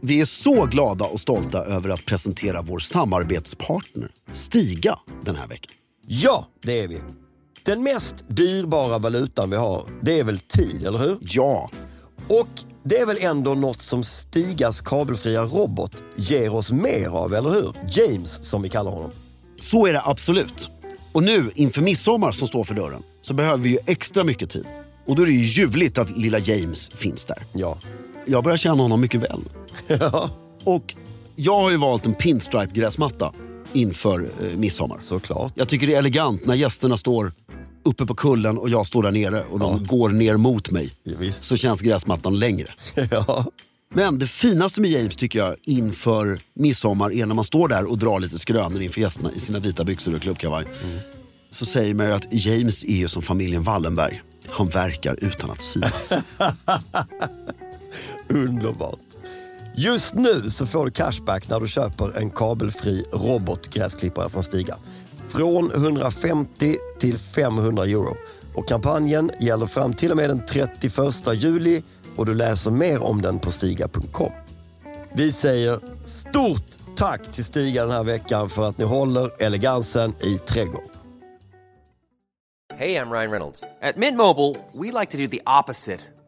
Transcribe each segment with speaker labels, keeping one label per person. Speaker 1: Vi är så glada och stolta över att presentera vår samarbetspartner Stiga den här veckan.
Speaker 2: Ja, det är vi. Den mest dyrbara valutan vi har, det är väl tid, eller hur?
Speaker 1: Ja,
Speaker 2: Och det är väl ändå något som Stigas kabelfria robot ger oss mer av, eller hur? James, som vi kallar honom.
Speaker 1: så är det absolut. Och nu inför midsommar som står för dörren så behöver vi ju extra mycket tid. Och då är det ju ljuvligt att lilla James finns där.
Speaker 2: Ja.
Speaker 1: Jag börjar känna honom mycket väl. Och jag har ju valt en pinstripe-gräsmatta inför eh, midsommar.
Speaker 2: Såklart.
Speaker 1: Jag tycker det är elegant när gästerna står uppe på kullen och jag står där nere och de går ner mot mig.
Speaker 2: Ja, visst.
Speaker 1: Så känns gräsmattan längre.
Speaker 2: Ja.
Speaker 1: Men det finaste med James tycker jag inför midsommar är när man står där och drar lite skrönor inför gästerna i sina vita byxor och klubbkavaj. Så säger man ju att James är ju som familjen Wallenberg. Han verkar utan att synas.
Speaker 2: Underbart. Just nu så får du cashback när du köper en kabelfri robotgräsklippare från Stiga. Från 150 till 500 euro. Och kampanjen gäller fram till och med den 31 juli och du läser mer om den på stiga.com. Vi säger stort tack till Stiga den här veckan för att ni håller elegansen i trädgården.
Speaker 3: Hey, I'm Ryan Reynolds. At Mint Mobile, we like to do the opposite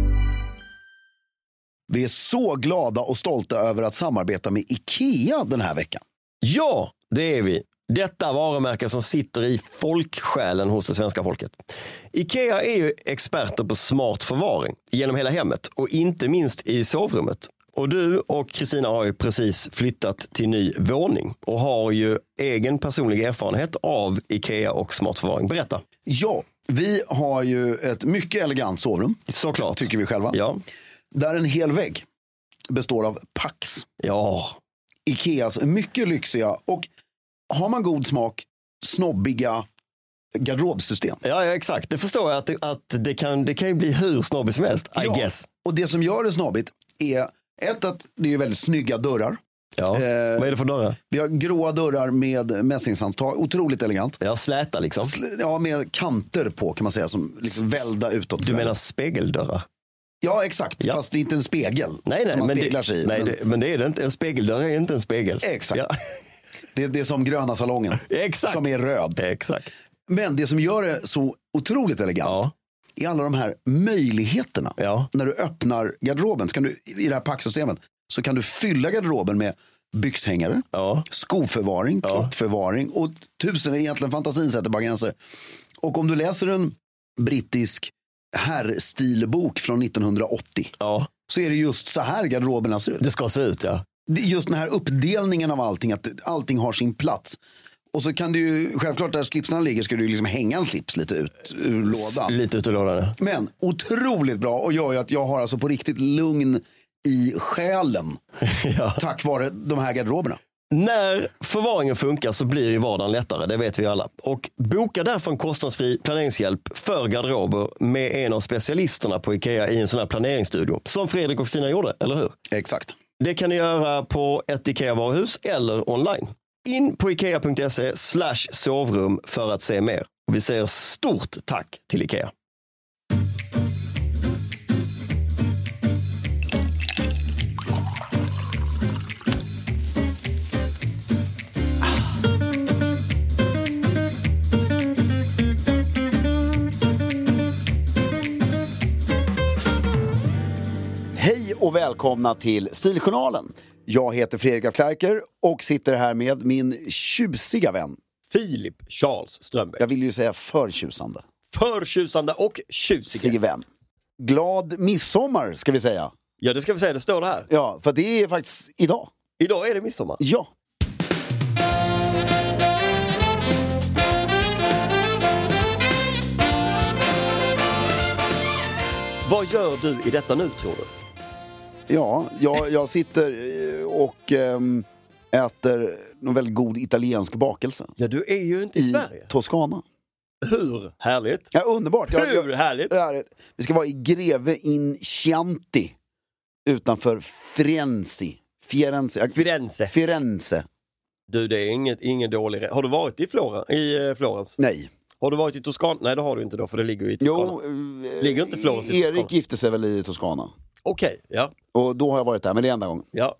Speaker 1: Vi är så glada och stolta över att samarbeta med IKEA den här veckan.
Speaker 2: Ja, det är vi. Detta varumärke som sitter i folksjälen hos det svenska folket. Ikea är ju experter på smart förvaring genom hela hemmet och inte minst i sovrummet. Och du och Kristina har ju precis flyttat till ny våning och har ju egen personlig erfarenhet av Ikea och smart förvaring. Berätta.
Speaker 1: Ja, vi har ju ett mycket elegant sovrum,
Speaker 2: Såklart.
Speaker 1: tycker vi själva.
Speaker 2: Ja.
Speaker 1: Där en hel vägg består av Pax.
Speaker 2: Ja.
Speaker 1: Ikeas mycket lyxiga och har man god smak, snobbiga garderobsystem.
Speaker 2: Ja, ja, exakt. Det förstår jag att, det- att det, kan, det kan ju bli hur snobbigt som helst. I
Speaker 1: Ja.
Speaker 2: guess.
Speaker 1: Och det som gör det snobbigt är ett att det är väldigt snygga dörrar.
Speaker 2: Ja.
Speaker 1: Eh.
Speaker 2: Vad är det för dörrar?
Speaker 1: Vi har gråa dörrar med mässingshandtag, otroligt elegant.
Speaker 2: Ja, släta liksom.
Speaker 1: Sl- Ja, med kanter på kan man säga som liksom välda utåt.
Speaker 2: Du menar spegeldörrar?
Speaker 1: Ja, exakt.
Speaker 2: Ja.
Speaker 1: Fast det är inte en spegel
Speaker 2: Nej, nej,
Speaker 1: som man
Speaker 2: men,
Speaker 1: speglar
Speaker 2: det,
Speaker 1: sig i.
Speaker 2: nej
Speaker 1: men
Speaker 2: det, men det är det inte. En spegeldörr är inte en spegel.
Speaker 1: Exakt.
Speaker 2: Ja,
Speaker 1: det, det är som gröna salongen
Speaker 2: exakt.
Speaker 1: som är röd.
Speaker 2: Exakt.
Speaker 1: Men det som gör det så otroligt elegant
Speaker 2: Ja.
Speaker 1: är alla de här möjligheterna.
Speaker 2: Ja.
Speaker 1: När du öppnar garderoben så kan du, i det här packsystemet så kan du fylla garderoben med byxhängare,
Speaker 2: Ja.
Speaker 1: skoförvaring, klockförvaring och tusen, egentligen fantasin sätter bara gränser. Och om du läser en brittisk herrstilbok från 1980
Speaker 2: ja,
Speaker 1: så är det just så här garderoberna ser ut.
Speaker 2: det ska se ut ja.
Speaker 1: Det är just den här uppdelningen av allting, att allting har sin plats. Och så kan du ju, självklart där slipsarna ligger ska du ju liksom hänga en slips lite ut ur lådan.
Speaker 2: Lite ut ur lådan. ja.
Speaker 1: Men otroligt bra och gör ju att jag har alltså på riktigt lugn i själen
Speaker 2: Ja.
Speaker 1: tack vare de här garderoberna.
Speaker 2: När förvaringen funkar så blir ju vardagen lättare, det vet vi alla. Och boka därför en kostnadsfri planeringshjälp för garderober med en av specialisterna på Ikea i en sån här planeringsstudio. Som Fredrik och Stina gjorde, eller hur?
Speaker 1: Exakt.
Speaker 2: Det kan du göra på ett IKEA-varuhus eller online. In på ikea.se E slash sovrum för att se mer. Vi säger stort tack till Ikea.
Speaker 1: Hej och välkomna till Stiljournalen. Jag heter Fredrik af Klerker och sitter här med min tjusiga vän.
Speaker 2: Filip Charles Strömberg.
Speaker 1: Jag vill ju säga förtjusande.
Speaker 2: Förtjusande och tjusig.
Speaker 1: Sigge Vem. Glad midsommar ska vi säga.
Speaker 2: Ja, det ska vi säga, det står det här.
Speaker 1: Ja, för det är faktiskt idag.
Speaker 2: Idag är det midsommar.
Speaker 1: Ja.
Speaker 2: Vad gör du i detta nu tror du?
Speaker 1: Ja, jag, jag sitter eh, och ehm, äter någon väldigt god italiensk bakelse
Speaker 2: Ja, du är ju inte i,
Speaker 1: i
Speaker 2: Sverige.
Speaker 1: Toscana.
Speaker 2: Hur härligt?
Speaker 1: Ja, underbart! Jag, jag,
Speaker 2: Hur härligt?
Speaker 1: det här är- vi ska vara i Greve in Chianti utanför Firenze. Firenze. Jag-
Speaker 2: Firenze.
Speaker 1: Firenze.
Speaker 2: Du, det är inget, ingen dålig re- Har du varit i, Flora, i eh, Florens?
Speaker 1: Nej.
Speaker 2: Har du varit i Toscana? Nej, det har du inte då, för det ligger ju i Toscana.
Speaker 1: Jo, eh,
Speaker 2: Ligger inte Florens i Toscana?
Speaker 1: Erik gifte sig väl i Toscana.
Speaker 2: Okej, ja,
Speaker 1: Och då har jag varit där, men det är enda gången.
Speaker 2: ja.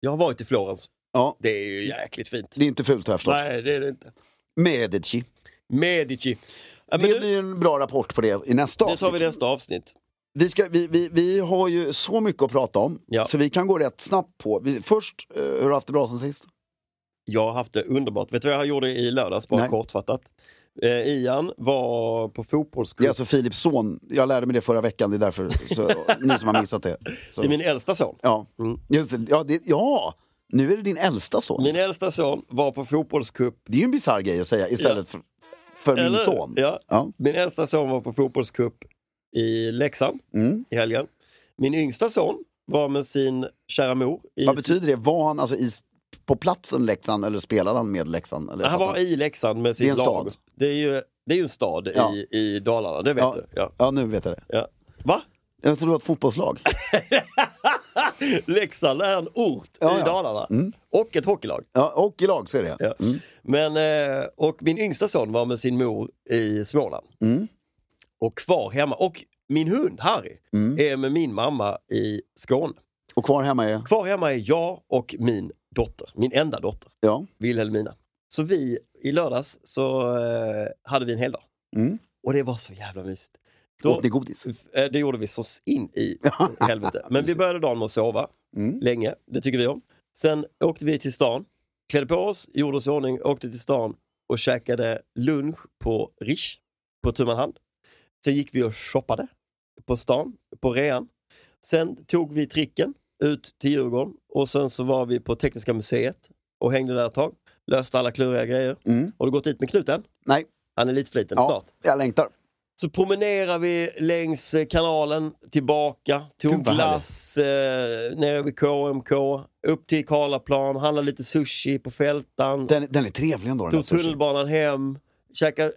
Speaker 2: Jag har varit i Florens.
Speaker 1: Ja,
Speaker 2: Det är ju jäkligt fint.
Speaker 1: det är inte fult har jag förstått.
Speaker 2: Nej, det är det inte.
Speaker 1: Medici.
Speaker 2: Medici. Ja, men
Speaker 1: Det
Speaker 2: du,
Speaker 1: blir en bra rapport på det i nästa
Speaker 2: det tar vi
Speaker 1: avsnitt.
Speaker 2: i nästa avsnitt.
Speaker 1: Vi, ska, vi, vi, vi har ju så mycket att prata om,
Speaker 2: Ja.
Speaker 1: så vi kan gå rätt snabbt på. Vi, först, eh, hur har du haft det bra sen sist?
Speaker 2: Jag har haft det underbart. Vet du vad jag gjorde i lördags, bara
Speaker 1: Nej.
Speaker 2: kortfattat? Eh, Ian var på
Speaker 1: Det
Speaker 2: fotbollscup.
Speaker 1: är alltså Philips son. Jag lärde mig det förra veckan, det är därför så, ni som har missat det. Så,
Speaker 2: Det är min äldsta son.
Speaker 1: ja.
Speaker 2: Mm.
Speaker 1: Just det, ja, det, ja, nu är det din äldsta son.
Speaker 2: Min äldsta son var på fotbollscup
Speaker 1: Det är ju en bisarr grej att säga istället för, för min
Speaker 2: Eller?
Speaker 1: son.
Speaker 2: Ja.
Speaker 1: Ja.
Speaker 2: Min äldsta son var på fotbollscup i Leksand
Speaker 1: Mm.
Speaker 2: i helgen. Min yngsta son var med sin kära mor. I
Speaker 1: Vad betyder det? Var han alltså i, på platsen Leksand eller spelade han med Leksand? Eller, jag
Speaker 2: Han
Speaker 1: fattar
Speaker 2: var
Speaker 1: inte.
Speaker 2: i Leksand med
Speaker 1: Det är
Speaker 2: sitt
Speaker 1: en
Speaker 2: lag.
Speaker 1: stad.
Speaker 2: Det är ju det är ju en stad
Speaker 1: Ja.
Speaker 2: i, i Dalarna, det vet
Speaker 1: Ja.
Speaker 2: du. Ja.
Speaker 1: Ja, nu vet jag det.
Speaker 2: Ja. Va?
Speaker 1: Jag tror det var ett fotbollslag.
Speaker 2: Leksand är en ort
Speaker 1: Ja, Mm.
Speaker 2: i
Speaker 1: ja.
Speaker 2: Dalarna. Och ett hockeylag.
Speaker 1: Ja, och i lag så är det.
Speaker 2: Ja. Men, eh, och min yngsta son var med sin mor i Småland.
Speaker 1: Mm.
Speaker 2: Och kvar hemma. Och min hund Harry
Speaker 1: Mm.
Speaker 2: är med min mamma i Skåne.
Speaker 1: Och kvar hemma är...
Speaker 2: Kvar hemma är jag och min dotter, min enda dotter,
Speaker 1: Ja.
Speaker 2: Wilhelmina. Så vi, i lördags så eh, hade vi en heldag.
Speaker 1: Mm.
Speaker 2: Och det var så jävla mysigt. Då,
Speaker 1: Åt ni godis?
Speaker 2: eh, det gjorde vi så in i helvete. Men vi började dagen med att sova
Speaker 1: Mm.
Speaker 2: länge, det tycker vi om. Sen åkte vi till stan, klädde på oss, gjorde oss i ordning, åkte till stan och käkade lunch på Rish på tu man hand. Sen gick vi och shoppade på stan, på rean. Sen tog vi tricken ut till Djurgården och sen så var vi på Tekniska museet och hängde där ett tag. Löste alla kluriga grejer.
Speaker 1: Mm.
Speaker 2: Har du gått dit med knuten?
Speaker 1: Nej.
Speaker 2: Han är lite fliten
Speaker 1: Ja.
Speaker 2: snart.
Speaker 1: Jag längtar.
Speaker 2: Så promenerar vi längs eh, kanalen tillbaka, tog
Speaker 1: Gud, vad
Speaker 2: glass eh, nere vid KMK, upp till Karlaplan, handlade lite sushi på Fältan,
Speaker 1: Den, den är trevlig ändå den här
Speaker 2: tog
Speaker 1: sushi.
Speaker 2: tunnelbanan hem, käkade,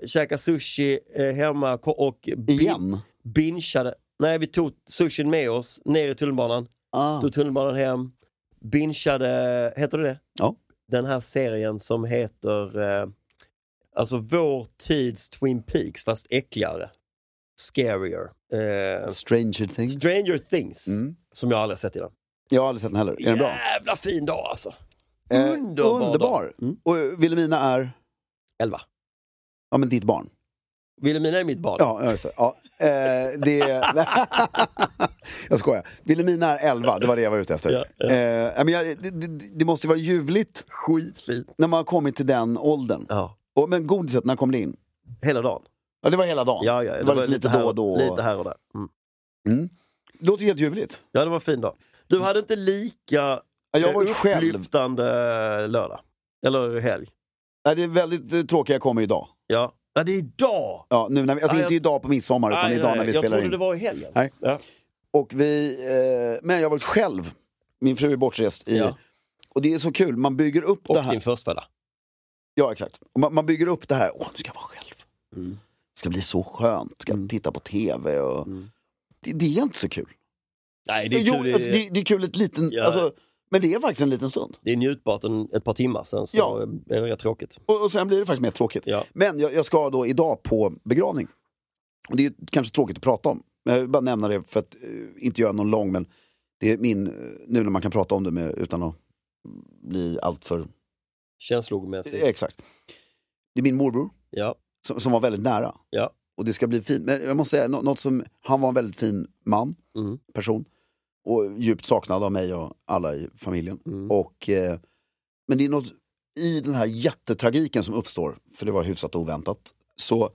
Speaker 2: eh, käkade sushi eh, hemma ko- och bin-
Speaker 1: Igen?
Speaker 2: bingeade. Nej, vi tog sushin med oss ner i tunnelbanan,
Speaker 1: Ah.
Speaker 2: tog tunnelbanan hem, bingeade, heter det det?
Speaker 1: Ja.
Speaker 2: Den här serien som heter eh, alltså vår tids Twin Peaks fast äckligare. Scarier. Eh,
Speaker 1: Stranger things.
Speaker 2: Stranger Things,
Speaker 1: Mm.
Speaker 2: som jag aldrig har sett innan.
Speaker 1: Jag har aldrig sett den heller. Är den bra?
Speaker 2: Jävla fin dag alltså.
Speaker 1: Eh,
Speaker 2: Underbar,
Speaker 1: underbar.
Speaker 2: dag. Mm.
Speaker 1: Och eh, Vilhelmina är,
Speaker 2: Elva.
Speaker 1: ja men ditt barn.
Speaker 2: Vilhelmina är mitt barn.
Speaker 1: Ja, ja, just det. Ja. Eh, det... jag skojar. Vilhelmina är 11, det var det jag var ute efter.
Speaker 2: Ja, ja.
Speaker 1: Eh, ja, men jag, det, det, det måste ju vara ljuvligt
Speaker 2: Skitfin.
Speaker 1: när man har kommit till den åldern.
Speaker 2: Ja.
Speaker 1: Och, men godiset, när kom det in?
Speaker 2: Hela dagen.
Speaker 1: Ja, det var hela dagen.
Speaker 2: Ja, ja,
Speaker 1: det var, liksom lite,
Speaker 2: här,
Speaker 1: då och då.
Speaker 2: Lite här och där. Mm.
Speaker 1: Mm. Det låter ju helt ljuvligt.
Speaker 2: Ja, det var en fin dag. Du hade inte lika
Speaker 1: Ja, Jag har
Speaker 2: eh,
Speaker 1: varit själv.
Speaker 2: upplyftande eh, lördag. Eller helg.
Speaker 1: Nej, det är väldigt eh, tråkiga jag kommer idag.
Speaker 2: Ja, ja det är idag!
Speaker 1: Ja, nu när vi, alltså
Speaker 2: Ja,
Speaker 1: inte
Speaker 2: jag-
Speaker 1: idag på midsommar, utan idag när vi
Speaker 2: jag
Speaker 1: spelar
Speaker 2: trodde
Speaker 1: in.
Speaker 2: det var i helgen.
Speaker 1: Nej.
Speaker 2: Ja.
Speaker 1: Och vi, eh, men jag har varit själv. Min fru är bortrest. I,
Speaker 2: Ja.
Speaker 1: Och det är så kul, man bygger upp
Speaker 2: Och
Speaker 1: det här.
Speaker 2: din förstfödda.
Speaker 1: Ja, exakt. Och Man, man bygger upp det här, åh nu ska jag vara själv.
Speaker 2: Mm.
Speaker 1: Det ska bli så skönt, ska titta på tv och... Det, det är inte så kul.
Speaker 2: Nej, Mm. det är,
Speaker 1: jo,
Speaker 2: kul,
Speaker 1: alltså,
Speaker 2: det,
Speaker 1: det, det är kul ett liten,
Speaker 2: Ja.
Speaker 1: alltså, men det är faktiskt en liten stund.
Speaker 2: det är njutbart en, ett par timmar sen så
Speaker 1: Ja.
Speaker 2: är det rätt tråkigt.
Speaker 1: Och, och sen blir det faktiskt mer tråkigt.
Speaker 2: Ja.
Speaker 1: Men jag, jag ska då idag på begravning. Och det är ju kanske tråkigt att prata om. Men jag vill bara nämna det för att eh, inte göra någon lång, men det är min, eh, nu när man kan prata om det med, utan att bli alltför...
Speaker 2: Känslomässigt.
Speaker 1: Exakt. Det är min morbror
Speaker 2: Ja,
Speaker 1: som, som var väldigt nära.
Speaker 2: ja.
Speaker 1: Och det ska bli fint. Men jag måste säga, nå- något som, han var en väldigt fin man,
Speaker 2: Mm.
Speaker 1: person. Och djupt saknad av mig och alla i familjen.
Speaker 2: Mm.
Speaker 1: Och, eh, men det är något i den här jättetragiken som uppstår, för det var hyfsat oväntat. Så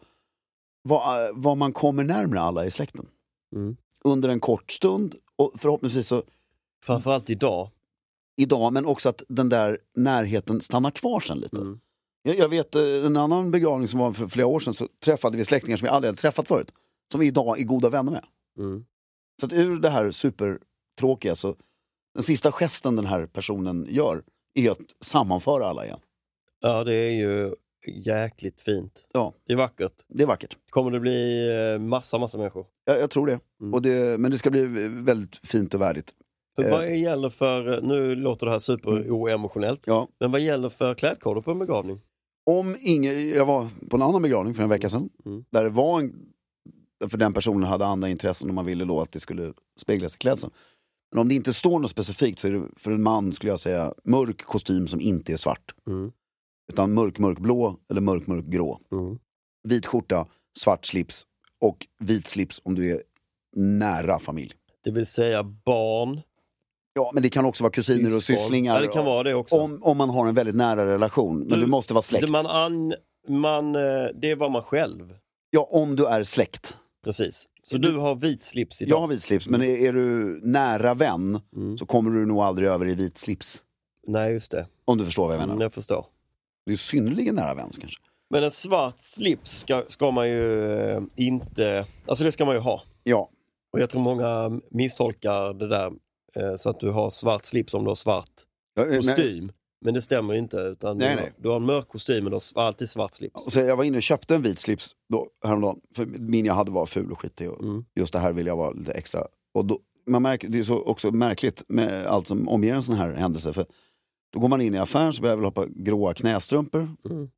Speaker 1: vad, eh, vad man kommer närmare alla i släkten.
Speaker 2: Mm.
Speaker 1: Under en kort stund, och förhoppningsvis så
Speaker 2: Framförallt idag.
Speaker 1: idag, men också att den där närheten stannar kvar sen lite.
Speaker 2: Mm.
Speaker 1: Jag, jag vet eh, en annan begravning som var för flera år sedan, så träffade vi släktingar som vi aldrig hade träffat förut, som vi idag är goda vänner med.
Speaker 2: Mm.
Speaker 1: Så att ur det här supertråkiga, så den sista gesten den här personen gör är att sammanföra alla igen.
Speaker 2: Ja, det är ju jäkligt fint.
Speaker 1: Ja,
Speaker 2: Det är vackert.
Speaker 1: det är vackert.
Speaker 2: Kommer det bli eh, massa, massa människor?
Speaker 1: Jag, jag tror det.
Speaker 2: Mm.
Speaker 1: Och det. Men det ska bli väldigt fint och värdigt.
Speaker 2: Hur,
Speaker 1: Eh. Mm.
Speaker 2: Vad gäller för, eh, nu låter det här superoemotionellt,
Speaker 1: Ja.
Speaker 2: men vad gäller för klädkoder på en begravning?
Speaker 1: Om ingen, jag var på en annan begravning för en vecka sedan.
Speaker 2: Mm.
Speaker 1: Där det var en, för den personen hade andra intressen och man ville då att det skulle speglas i klädseln. Men om det inte står något specifikt så är det för en man skulle jag säga mörk kostym som inte är svart.
Speaker 2: Mm.
Speaker 1: Utan mörk mörkblå eller mörk mörkgrå.
Speaker 2: Mm.
Speaker 1: Vit skjorta, svart slips och vit slips om du är nära familj.
Speaker 2: Det vill säga barn,
Speaker 1: Ja, men det kan också vara kusiner och
Speaker 2: syskon.
Speaker 1: sysslingar.
Speaker 2: Ja, det kan vara det också.
Speaker 1: om, om man har en väldigt nära relation. Men
Speaker 2: Du-
Speaker 1: du måste vara släkt.
Speaker 2: Det, man an, man, eh, det var man själv,
Speaker 1: Ja, om du är släkt.
Speaker 2: precis. Så
Speaker 1: Du-
Speaker 2: du har vit slips
Speaker 1: Jag
Speaker 2: idag?
Speaker 1: har vit slips, men är, är du nära vän
Speaker 2: Mm.
Speaker 1: så kommer du nog aldrig över i vit slips.
Speaker 2: Nej, just det.
Speaker 1: Om du förstår vad jag menar.
Speaker 2: Mm, jag förstår.
Speaker 1: Du är synnerligen nära vän kanske.
Speaker 2: Men en svart slips ska, ska man ju eh, inte, alltså det ska man ju ha.
Speaker 1: Ja,
Speaker 2: Och jag tror många misstolkar det där eh, så att du har svart slips om du har svart
Speaker 1: jag, men,
Speaker 2: kostym. Men det stämmer ju inte utan
Speaker 1: Nej,
Speaker 2: du,
Speaker 1: nej.
Speaker 2: du har en mörk kostym men du har s- alltid svart slips.
Speaker 1: så jag var inne och köpte en vit slips då, häromdagen. För min jag hade var ful och skitig. Och
Speaker 2: Mm.
Speaker 1: Just det här vill jag vara lite extra. Och då, man märker, det är så också märkligt med allt som omger en sån här händelse. För då går man in i affären så börjar jag väl ha på gråa knästrumpor.
Speaker 2: Mm.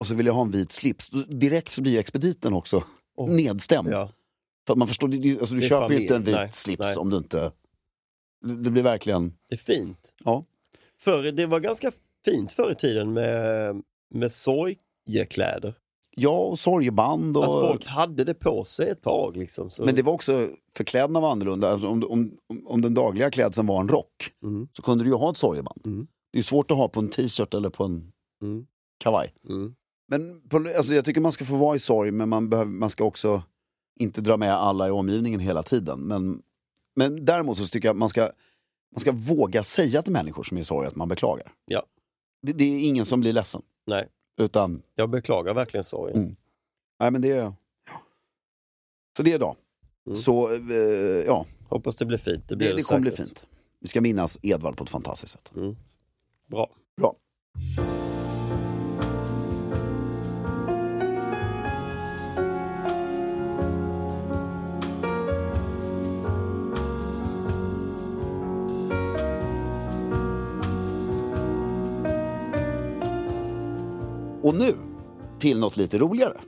Speaker 1: Och så vill jag ha en vit slips. Då- Direkt så blir expediten också
Speaker 2: Oh.
Speaker 1: nedstämd.
Speaker 2: Ja.
Speaker 1: För att man förstår, det- det- alltså, du
Speaker 2: Det är
Speaker 1: köper ju
Speaker 2: familj.
Speaker 1: inte en vit
Speaker 2: Nej,
Speaker 1: slips
Speaker 2: nej.
Speaker 1: om du inte... Det det blir verkligen...
Speaker 2: Det är fint.
Speaker 1: Ja.
Speaker 2: Förr, det var ganska fint förr i tiden med, med sorgekläder.
Speaker 1: Ja, och sorgeband och...
Speaker 2: Att Alltså, folk hade det på sig ett tag. Liksom, så.
Speaker 1: Men det var också, förklädnaderna var annorlunda. Alltså, om, om, om- om den dagliga klädseln var en rock
Speaker 2: Mm.
Speaker 1: så kunde du ju ha ett sorgeband.
Speaker 2: Mm.
Speaker 1: Det är ju svårt att ha på en t-shirt eller på en
Speaker 2: Mm.
Speaker 1: kavaj.
Speaker 2: Mm.
Speaker 1: Men på, alltså, jag tycker man ska få vara i sorg, men man, behöver, man ska också inte dra med alla i omgivningen hela tiden. Men, men däremot så tycker jag att man ska, man ska våga säga till människor som är i sorg att man beklagar.
Speaker 2: Ja.
Speaker 1: Det, det är ingen som blir ledsen.
Speaker 2: Nej,
Speaker 1: Utan,
Speaker 2: jag beklagar verkligen sorgen.
Speaker 1: Mm. nej men det är... ja. Så det är idag.
Speaker 2: Mm.
Speaker 1: Så, eh, ja.
Speaker 2: Hoppas det blir fint. Det, blir
Speaker 1: Det, det kommer bli
Speaker 2: säkert. Mm.
Speaker 1: fint. Vi ska minnas Edvard på ett fantastiskt sätt.
Speaker 2: Bra.
Speaker 1: Bra. Och nu till något lite roligare.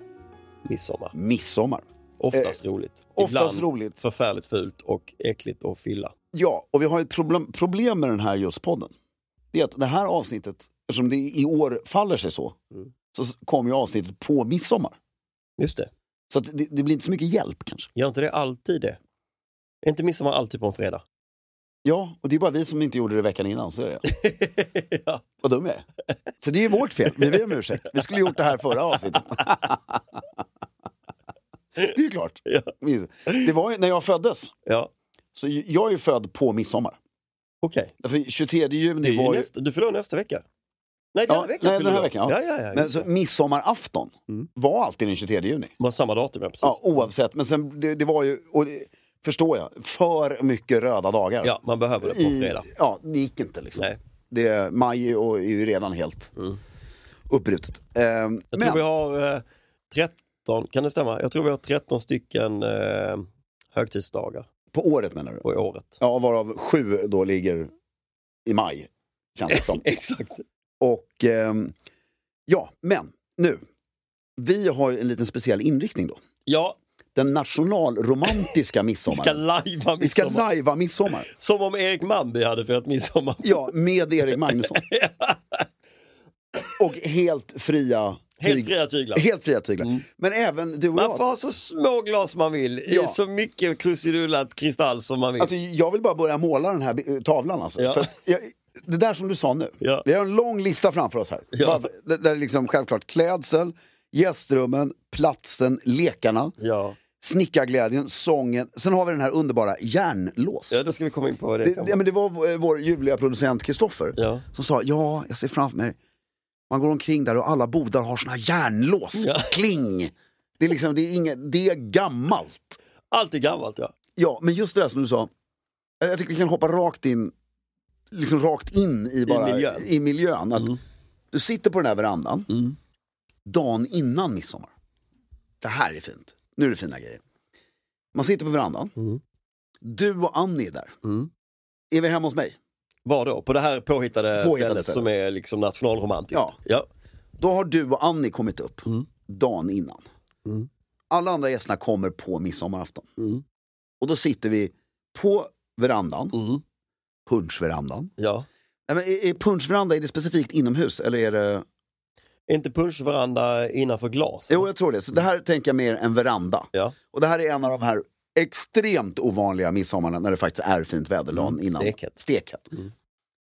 Speaker 2: Midsommar.
Speaker 1: Midsommar.
Speaker 2: Oftast roligt.
Speaker 1: Eh, Oftast
Speaker 2: Ibland
Speaker 1: roligt.
Speaker 2: förfärligt fult och äckligt att fylla.
Speaker 1: Ja, och vi har ett problem, problem med den här just podden. Det är att det här avsnittet, eftersom det i år faller sig så,
Speaker 2: Mm.
Speaker 1: så s- kommer ju avsnittet på midsommar.
Speaker 2: Just det.
Speaker 1: Så att det, det blir inte så mycket hjälp kanske.
Speaker 2: Gör inte det alltid det? Är inte midsommar alltid på en fredag?
Speaker 1: Ja, och det är bara vi som inte gjorde det veckan innan, så är det.
Speaker 2: ja.
Speaker 1: Vad dum jag är. Så det är vårt fel, vi ber om ursäkt. Vi skulle gjort det här förra avsnittet. Det är ju klart.
Speaker 2: Ja.
Speaker 1: Det var ju när jag föddes,
Speaker 2: ja.
Speaker 1: så ju- jag är ju född på midsommar.
Speaker 2: Okej.
Speaker 1: Därför 23
Speaker 2: Det är
Speaker 1: juni
Speaker 2: ju
Speaker 1: var ju...
Speaker 2: nästa, du fyller nästa vecka. Nej, den
Speaker 1: Ja,
Speaker 2: här veckan.
Speaker 1: nej,
Speaker 2: fyller
Speaker 1: den här
Speaker 2: du.
Speaker 1: veckan, ja.
Speaker 2: Ja, ja, ja.
Speaker 1: Men så midsommarafton var alltid den 23 juni.
Speaker 2: Det var samma datum, ja, precis.
Speaker 1: Ja, oavsett. Men sen, det, det var ju, och det, förstår jag, för mycket röda dagar.
Speaker 2: Ja, man behöver det på en
Speaker 1: I-
Speaker 2: fredag.
Speaker 1: Ja, det gick inte liksom.
Speaker 2: Nej. Mm.
Speaker 1: Det, maj och, är ju redan helt uppbrutet. Ehm,
Speaker 2: Jag
Speaker 1: men
Speaker 2: tror vi har eh, 13, kan det stämma? Jag tror vi har 13 stycken eh, högtidsdagar
Speaker 1: på året menar du?
Speaker 2: på året.
Speaker 1: Ja, varav sju då ligger i maj, känns det som.
Speaker 2: Exakt.
Speaker 1: och ehm, ja, men nu. Vi har ju en liten speciell inriktning då.
Speaker 2: Ja,
Speaker 1: Den nationalromantiska
Speaker 2: vi ska
Speaker 1: midsommaren.
Speaker 2: lajva
Speaker 1: Vi ska
Speaker 2: midsommar.
Speaker 1: lajva midsommar.
Speaker 2: Som om Erik Manby hade firat midsommar.
Speaker 1: Ja, med Erik Magnusson. Och helt fria
Speaker 2: Helt fria tyglar. Mm.
Speaker 1: Helt fria tyglar. Men även du och
Speaker 2: Man
Speaker 1: jag.
Speaker 2: får ha så små glas man vill i
Speaker 1: Ja.
Speaker 2: så mycket krusidullat kristall som man vill.
Speaker 1: Alltså, jag vill bara börja måla den här bi- tavlan. Alltså.
Speaker 2: Ja.
Speaker 1: För att jag, det där som du sa nu.
Speaker 2: Ja.
Speaker 1: Vi har en lång lista framför oss här.
Speaker 2: Ja.
Speaker 1: Bara för- Där där liksom självklart klädsel, gästrummen, platsen, lekarna,
Speaker 2: ja.
Speaker 1: snickarglädjen, sången. Sen har vi den här underbara järnlås.
Speaker 2: ja, då ska vi komma in på vad det,
Speaker 1: Det,
Speaker 2: kan
Speaker 1: ja,
Speaker 2: vara.
Speaker 1: men det var eh, vår ljuvliga producent Kristoffer
Speaker 2: Ja.
Speaker 1: som sa, ja, jag ser framför mig, man går omkring där och alla bodar har såna här järnlås,
Speaker 2: Ja.
Speaker 1: kling. Det är, liksom, det, är inget, det är gammalt.
Speaker 2: Allt är gammalt ja.
Speaker 1: Ja, men just det där som du sa, jag jag tycker vi kan hoppa rakt in liksom rakt in i, bara,
Speaker 2: miljön. Mm.
Speaker 1: I miljön att Du sitter på den här verandan, dagen innan midsommar. Det här är fint, nu är det fina grejer. Man sitter på verandan,
Speaker 2: Mm.
Speaker 1: du och Annie är där. Är vi hemma hos mig?
Speaker 2: Var då? På det här påhittade,
Speaker 1: Påhittade
Speaker 2: stället
Speaker 1: stället.
Speaker 2: som är liksom nationalromantiskt?
Speaker 1: Ja.
Speaker 2: ja.
Speaker 1: Då har du och Annie kommit upp
Speaker 2: Mm.
Speaker 1: dagen innan. Alla andra gästerna kommer på midsommarafton.
Speaker 2: Mm.
Speaker 1: Och då sitter vi på verandan, punschverandan.
Speaker 2: Mm. ja.
Speaker 1: Nej, men är, är punschveranda, är det specifikt inomhus eller är det?
Speaker 2: Är inte punschveranda innanför glas?
Speaker 1: Jo, jag tror det. Så det här tänker jag mer en veranda.
Speaker 2: Ja.
Speaker 1: Och det här är en av de här extremt ovanliga midsommarna när det faktiskt är fint väder dagen innan.
Speaker 2: Mm, stekhet. Mm.
Speaker 1: Stekhet.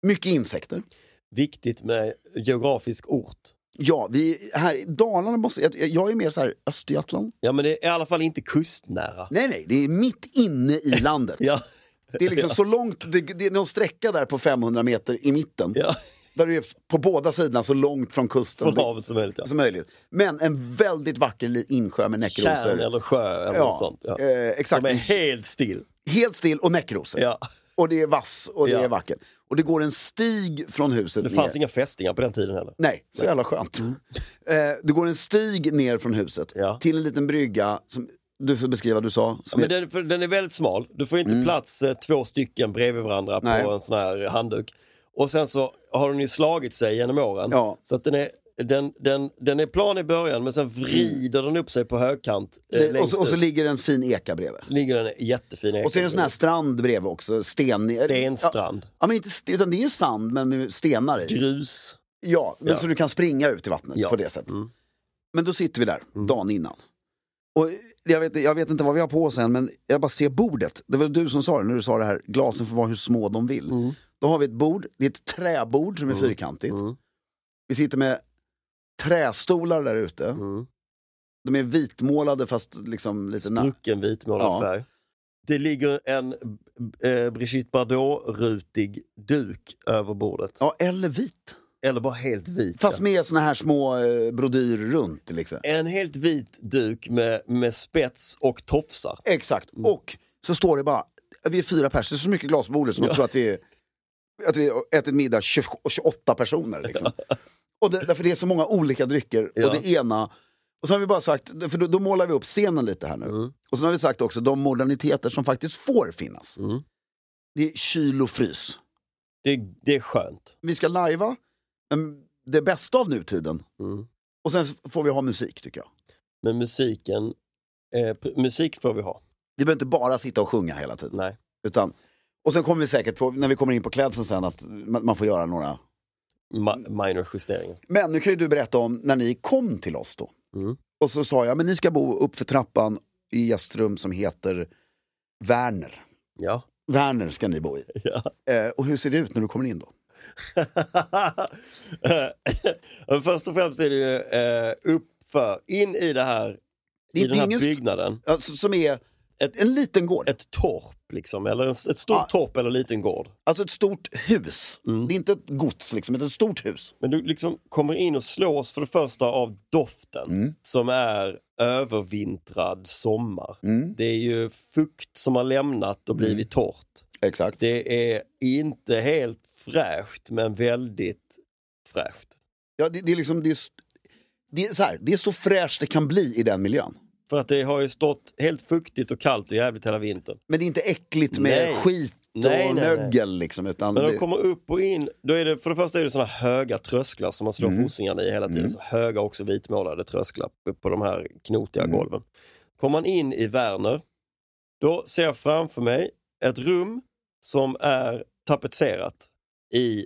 Speaker 1: Mycket insekter.
Speaker 2: Viktigt med geografisk ort.
Speaker 1: Ja, vi här i Dalarna måste, jag, jag är mer så här Östergötland.
Speaker 2: Ja men det är i alla fall inte kustnära.
Speaker 1: Nej, nej, det är mitt inne i landet.
Speaker 2: Ja.
Speaker 1: Det är liksom så långt, det, det är någon sträcka där på 500 meter i mitten.
Speaker 2: Ja.
Speaker 1: Där det är på båda sidorna så långt från kusten
Speaker 2: Från havet som möjligt. Ja.
Speaker 1: som möjligt. Men en väldigt vacker li- insjö med näckrosor.
Speaker 2: Tjärn eller sjö eller
Speaker 1: Ja,
Speaker 2: något sånt. Ja.
Speaker 1: eh, exakt.
Speaker 2: Som är helt still.
Speaker 1: Helt still och näckrosor.
Speaker 2: Ja.
Speaker 1: Och det är vass och det
Speaker 2: Ja.
Speaker 1: är vackert. Och det går en stig från huset
Speaker 2: Det fanns
Speaker 1: ner.
Speaker 2: inga fästingar på den tiden heller.
Speaker 1: Nej, så jävla skönt. Eh, det går en stig ner från huset
Speaker 2: Ja.
Speaker 1: till en liten brygga som du får beskriva, du sa.
Speaker 2: Ja,
Speaker 1: Som
Speaker 2: men
Speaker 1: är,
Speaker 2: den, för den är väldigt smal, du får inte plats eh, två stycken bredvid varandra
Speaker 1: Mm. Nej.
Speaker 2: på en sån här handduk. Och sen så har den ju slagit sig genom åren.
Speaker 1: Ja.
Speaker 2: Så att den är, den, den, den är plan i början men sen vrider den upp sig på högkant. Eh,
Speaker 1: Mm. det- och,
Speaker 2: längst
Speaker 1: så, och så
Speaker 2: ut.
Speaker 1: ligger en fin eka bredvid.
Speaker 2: ligger den jättefin
Speaker 1: Och så är det en sån här strand bredvid också, sten...
Speaker 2: Stenstrand.
Speaker 1: Ja, ja men inte sten, utan det är sand men med stenar i.
Speaker 2: grus.
Speaker 1: Ja, men
Speaker 2: Ja.
Speaker 1: så du kan springa ut i vattnet
Speaker 2: Ja. Mm.
Speaker 1: på det sättet. Men då sitter vi där, dagen innan. Och eh, jag vet, jag vet inte vad vi har på oss än, men jag bara ser bordet. Det var du som sa det, när du sa det här, glasen får vara hur små de vill.
Speaker 2: Mm.
Speaker 1: Då har vi ett bord, det är ett träbord som är fyrkantigt.
Speaker 2: Mm.
Speaker 1: Vi sitter med trästolar där ute.
Speaker 2: Mm.
Speaker 1: De är vitmålade fast liksom lite... na-
Speaker 2: Sprucken vitmålad
Speaker 1: Ja.
Speaker 2: färg. Det ligger en eh, Brigitte Bardot-rutig duk över bordet.
Speaker 1: Ja, eller vit.
Speaker 2: Eller bara helt vit.
Speaker 1: Fast
Speaker 2: ja.
Speaker 1: med såna här små eh, brodyr runt liksom.
Speaker 2: En helt vit duk med, med spets och tofsar.
Speaker 1: Exakt, och så står det bara, vi är fyra personer, det är så mycket glas på bordet som man tror att vi, är- att vi har ätit middag 20, 28 personer. Liksom. Och det, därför det är så många olika drycker
Speaker 2: Ja.
Speaker 1: och det ena, och så har vi bara sagt, för då, då målar vi upp scenen lite här nu. Och sen har vi sagt också de moderniteter som faktiskt får finnas. Det är kyl och frys.
Speaker 2: Det, det är skönt.
Speaker 1: Vi ska lajva mm, det bästa av nutiden. Och sen får vi ha musik tycker jag.
Speaker 2: Men musiken, eh, pr- musik får vi ha.
Speaker 1: Vi behöver inte bara sitta och sjunga hela tiden.
Speaker 2: Nej.
Speaker 1: Utan, och sen kommer vi säkert på, när vi kommer in på klädseln sen, att man, man får göra några.
Speaker 2: Ma- minor justeringar.
Speaker 1: Men nu kan ju du berätta om när ni kom till oss då.
Speaker 2: Mm.
Speaker 1: Och så sa jag, men ni ska bo upp för trappan i gästrum som heter Werner.
Speaker 2: Ja.
Speaker 1: Werner ska ni bo i.
Speaker 2: ja.
Speaker 1: Eh, och hur ser det ut när du kommer in då?
Speaker 2: Men Eh, Först och främst är det ju eh, uppför, in i det här,
Speaker 1: Det
Speaker 2: i
Speaker 1: är
Speaker 2: den här
Speaker 1: ingen-
Speaker 2: byggnaden.
Speaker 1: Alltså, som är
Speaker 2: Ett-
Speaker 1: en liten gård.
Speaker 2: Ett torp liksom, eller en, ett stort
Speaker 1: Ja.
Speaker 2: torp eller en liten gård.
Speaker 1: Alltså ett stort hus.
Speaker 2: Mm.
Speaker 1: Det är inte ett gods liksom, utan ett stort hus.
Speaker 2: Men du liksom kommer in och slås för det första av doften som är övervintrad sommar. Det är ju fukt som har lämnat och blivit torrt.
Speaker 1: Exakt.
Speaker 2: Det är inte helt fräscht men väldigt fräscht.
Speaker 1: Ja, det, det är liksom, det är, s- det, är så här, det är så fräscht det kan bli i den miljön.
Speaker 2: För att det har ju stått helt fuktigt och kallt och jävligt hela vintern.
Speaker 1: Men det är inte äckligt med
Speaker 2: Nej.
Speaker 1: skit och
Speaker 2: Nej, nej, nej.
Speaker 1: mögel liksom. Utan
Speaker 2: Men de
Speaker 1: det,
Speaker 2: kommer upp och in, då är det, för det första är det såna höga trösklar som man slår
Speaker 1: Mm.
Speaker 2: fossingarna i hela tiden. Så höga också vitmålade trösklar på- på de här knotiga
Speaker 1: Mm.
Speaker 2: golven. Kommer man in i Werner, då ser jag framför mig ett rum som är tapetserat i,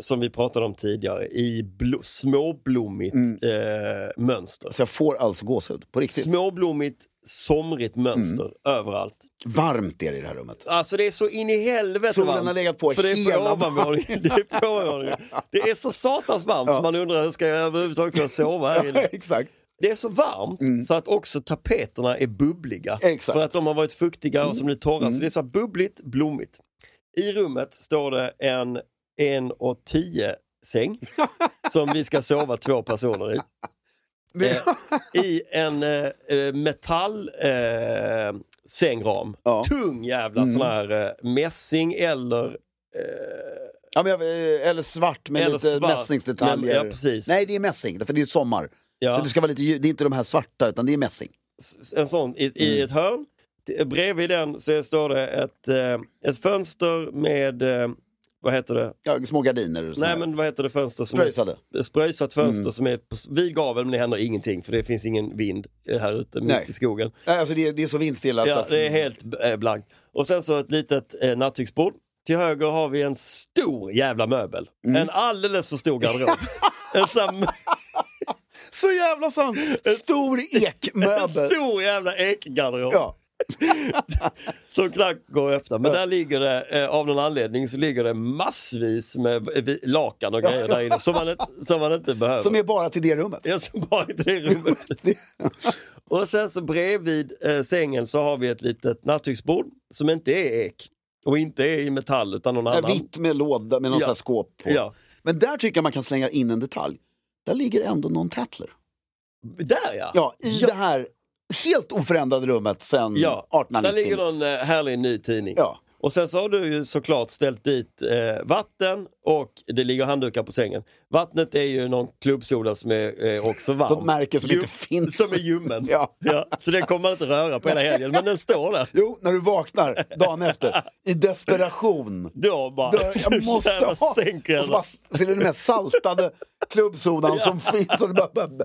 Speaker 2: som vi pratade om tidigare, i bl- småblommigt eh, mönster.
Speaker 1: Så jag får alltså gåshud, på Mm. riktigt. Mm.
Speaker 2: Småblommigt, somrigt mönster överallt.
Speaker 1: Varmt är det i det här rummet.
Speaker 2: Alltså det är så in i helvete
Speaker 1: Solen
Speaker 2: varmt.
Speaker 1: har legat på
Speaker 2: För det är på
Speaker 1: hela
Speaker 2: ovanvåningen. Det är på ovanvåningen. Det är så satans varmt så man undrar hur ska jag överhuvudtaget kunna sova här inne.
Speaker 1: Exakt.
Speaker 2: Det är så varmt så att också tapeterna är bubbliga.
Speaker 1: Mm. Exakt. Mm.
Speaker 2: För att de har varit fuktiga och som nu torra. Så det är så här bubbligt, blommigt. I rummet står det en en och tio säng som vi ska sova två personer i. Eh, I en eh, eh, metall eh, sängram.
Speaker 1: Ja. Mm.
Speaker 2: Tung jävla sån här eh, mässing eller eh,
Speaker 1: Ja, men jag, eh, eller svart med
Speaker 2: Eller
Speaker 1: lite
Speaker 2: svart.
Speaker 1: mässingsdetaljer.
Speaker 2: Men- ja, precis.
Speaker 1: Nej, det är mässing, för det är sommar.
Speaker 2: Ja.
Speaker 1: Så det ska vara lite, lju- det är inte de här svarta, utan det är mässing.
Speaker 2: S- En sån i, i
Speaker 1: Mm.
Speaker 2: ett hörn. T- Bredvid den så står det ett, eh, ett fönster med, eh, vad heter det?
Speaker 1: Ja, små gardiner. och sånt
Speaker 2: Nej
Speaker 1: där.
Speaker 2: men vad heter det fönster? Som
Speaker 1: Spröjsade. Mm.
Speaker 2: Är, spröjsat fönster som är på s- vid gaveln men det händer ingenting för det finns ingen vind eh, här ute mitt
Speaker 1: Nej.
Speaker 2: i skogen.
Speaker 1: Nej, Alltså, det, är, det är så vindstilla. så
Speaker 2: Ja,
Speaker 1: att-
Speaker 2: det är helt eh, blankt. Och sen så ett litet eh, nattduksbord. Till höger har vi en stor jävla möbel.
Speaker 1: Mm.
Speaker 2: En alldeles för stor garderob. en, sån,
Speaker 1: Så jävla sant! Stor
Speaker 2: en
Speaker 1: ekmöbel.
Speaker 2: stor jävla ekgarderob.
Speaker 1: Ja.
Speaker 2: Som knappt går att öppna. Men där ligger det, eh, av någon anledning, så ligger det massvis med eh, vi- lakan och grejer där inne som man, inte- som man inte behöver.
Speaker 1: Som är bara till det rummet.
Speaker 2: Jag som bara i det rummet. och sen så bredvid eh, sängen så har vi ett litet nattduksbord som inte är ek. Och inte är i metall utan någon
Speaker 1: Ja,
Speaker 2: annan.
Speaker 1: vitt med låda med något
Speaker 2: Ja.
Speaker 1: sånt här skåp på.
Speaker 2: Ja.
Speaker 1: Men där tycker jag man kan slänga in en detalj. Där ligger ändå någon Tatler.
Speaker 2: Där ja!
Speaker 1: Ja, i det här helt oförändrade rummet sedan
Speaker 2: Ja, Mm. där
Speaker 1: 1890.
Speaker 2: ligger någon eh, härlig ny tidning.
Speaker 1: Ja.
Speaker 2: Och sen så har du ju såklart ställt dit eh, vatten och det ligger handdukar på sängen. Vattnet är ju någon klubbsoda som är eh, också varm.
Speaker 1: De märken som
Speaker 2: Ju-
Speaker 1: inte finns.
Speaker 2: Som är ljummen.
Speaker 1: Ja.
Speaker 2: Så den kommer man inte röra på hela helgen, men den står där.
Speaker 1: Jo, när du vaknar dagen efter i desperation.
Speaker 2: Då bara...
Speaker 1: Då- Jag måste
Speaker 2: Jävla
Speaker 1: ha...
Speaker 2: sänker
Speaker 1: Och så bara, alltså så är det den mest saltade klubbsodan som finns. Och det bara, bara,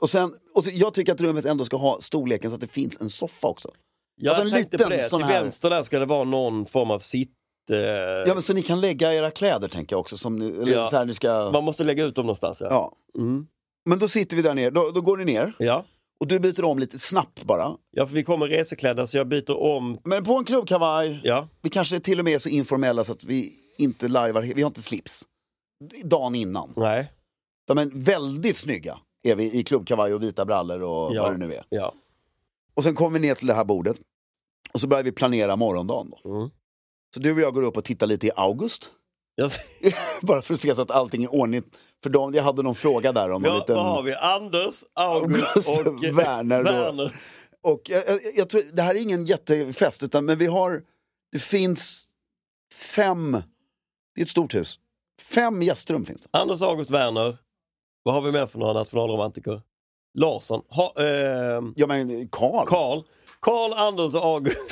Speaker 1: och sen, och så, jag tycker att rummet ändå ska ha storleken så att det finns en soffa också.
Speaker 2: Jag
Speaker 1: Alltså en
Speaker 2: tänkte
Speaker 1: liten
Speaker 2: på det,
Speaker 1: sån
Speaker 2: till
Speaker 1: här-
Speaker 2: vänster där ska det vara någon form av sitt... Eh,
Speaker 1: Ja, men så ni kan lägga era kläder tänker jag också. Som ni, eller
Speaker 2: Ja.
Speaker 1: så här, ni ska...
Speaker 2: Man måste lägga ut dem någonstans. Ja.
Speaker 1: Ja.
Speaker 2: Mm.
Speaker 1: Men då sitter vi där nere, då, då går ni ner
Speaker 2: Ja.
Speaker 1: och du byter om lite snabbt bara.
Speaker 2: ja, för vi kommer reseklädda så jag byter om.
Speaker 1: Men på en klubbkavaj,
Speaker 2: Ja.
Speaker 1: vi kanske till och med är så informella så att vi inte lajvar, vi har inte slips. Dagen innan.
Speaker 2: Nej.
Speaker 1: Ja, men väldigt snygga är vi i klubbkavaj och vita brallor och
Speaker 2: Ja.
Speaker 1: vad det nu är.
Speaker 2: Ja.
Speaker 1: Och sen kommer vi ner till det här bordet och så börjar vi planera morgondagen. Då.
Speaker 2: Mm.
Speaker 1: Så du och jag går upp och tittar lite i August.
Speaker 2: Jag,
Speaker 1: Bara för att se så att allting är ordentligt. För dem, jag hade någon fråga där om en
Speaker 2: ja,
Speaker 1: liten...
Speaker 2: vad har vi? Anders, August
Speaker 1: August,
Speaker 2: och eh,
Speaker 1: Werner då.
Speaker 2: Werner.
Speaker 1: Och jag, jag, jag tror, det här är ingen jättefest, utan, men vi har, det finns fem, det är ett stort hus, fem gästrum finns det.
Speaker 2: Anders, August, Werner. Vad har vi mer för några nationalromantiker? Larsson. Ha, ehm,
Speaker 1: Ja men Karl.
Speaker 2: Karl. Karl, Anders och August.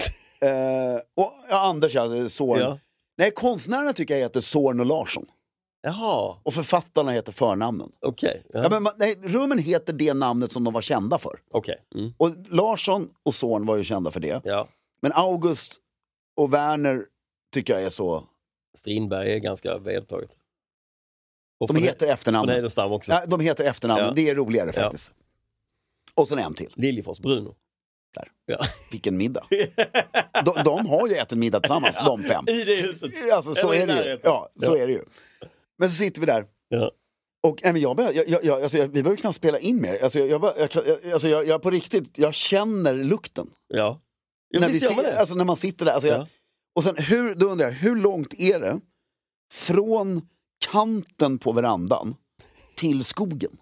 Speaker 1: Eh, och ja, Anders ja, Zorn.
Speaker 2: Ja.
Speaker 1: Nej, konstnärerna tycker jag heter Zorn och Larsson.
Speaker 2: Jaha,
Speaker 1: Och författarna heter förnamnen.
Speaker 2: okej.
Speaker 1: Ja.
Speaker 2: Ja.
Speaker 1: men, man- nej, rummen heter det namnet som de var kända för.
Speaker 2: Okej. Mm.
Speaker 1: Och Larsson och Zorn var ju kända för det.
Speaker 2: Ja.
Speaker 1: Men August och Werner tycker jag är så,
Speaker 2: Strindberg är ganska vedertaget. Och
Speaker 1: de
Speaker 2: von-
Speaker 1: heter
Speaker 2: Von
Speaker 1: efternamnen.
Speaker 2: Heidenstam också.
Speaker 1: Nej, de heter efternamnen,
Speaker 2: Ja.
Speaker 1: det är roligare
Speaker 2: Ja.
Speaker 1: faktiskt. Och sen en till.
Speaker 2: Liljefors, Bruno.
Speaker 1: Där.
Speaker 2: Ja.
Speaker 1: Vilken middag. De, de har ju ätit middag tillsammans, de fem.
Speaker 2: I det huset.
Speaker 1: Alltså, så,
Speaker 2: Eller i
Speaker 1: är det ju.
Speaker 2: närheten.
Speaker 1: Ja, så är det ju. Men så sitter vi där.
Speaker 2: Ja.
Speaker 1: Och, nej, men jag börjar, jag, jag, jag, alltså, jag, vi behöver knappt spela in mer. Alltså, jag, jag, bör- jag, kan- jag, alltså, jag, jag på riktigt, jag känner lukten.
Speaker 2: ja. ja
Speaker 1: när,
Speaker 2: men
Speaker 1: vi,
Speaker 2: visst gör man
Speaker 1: si-
Speaker 2: det?
Speaker 1: alltså, när man sitter där. Alltså, jag,
Speaker 2: Ja.
Speaker 1: och sen, hur, då undrar jag, hur långt är det från kanten på verandan till skogen?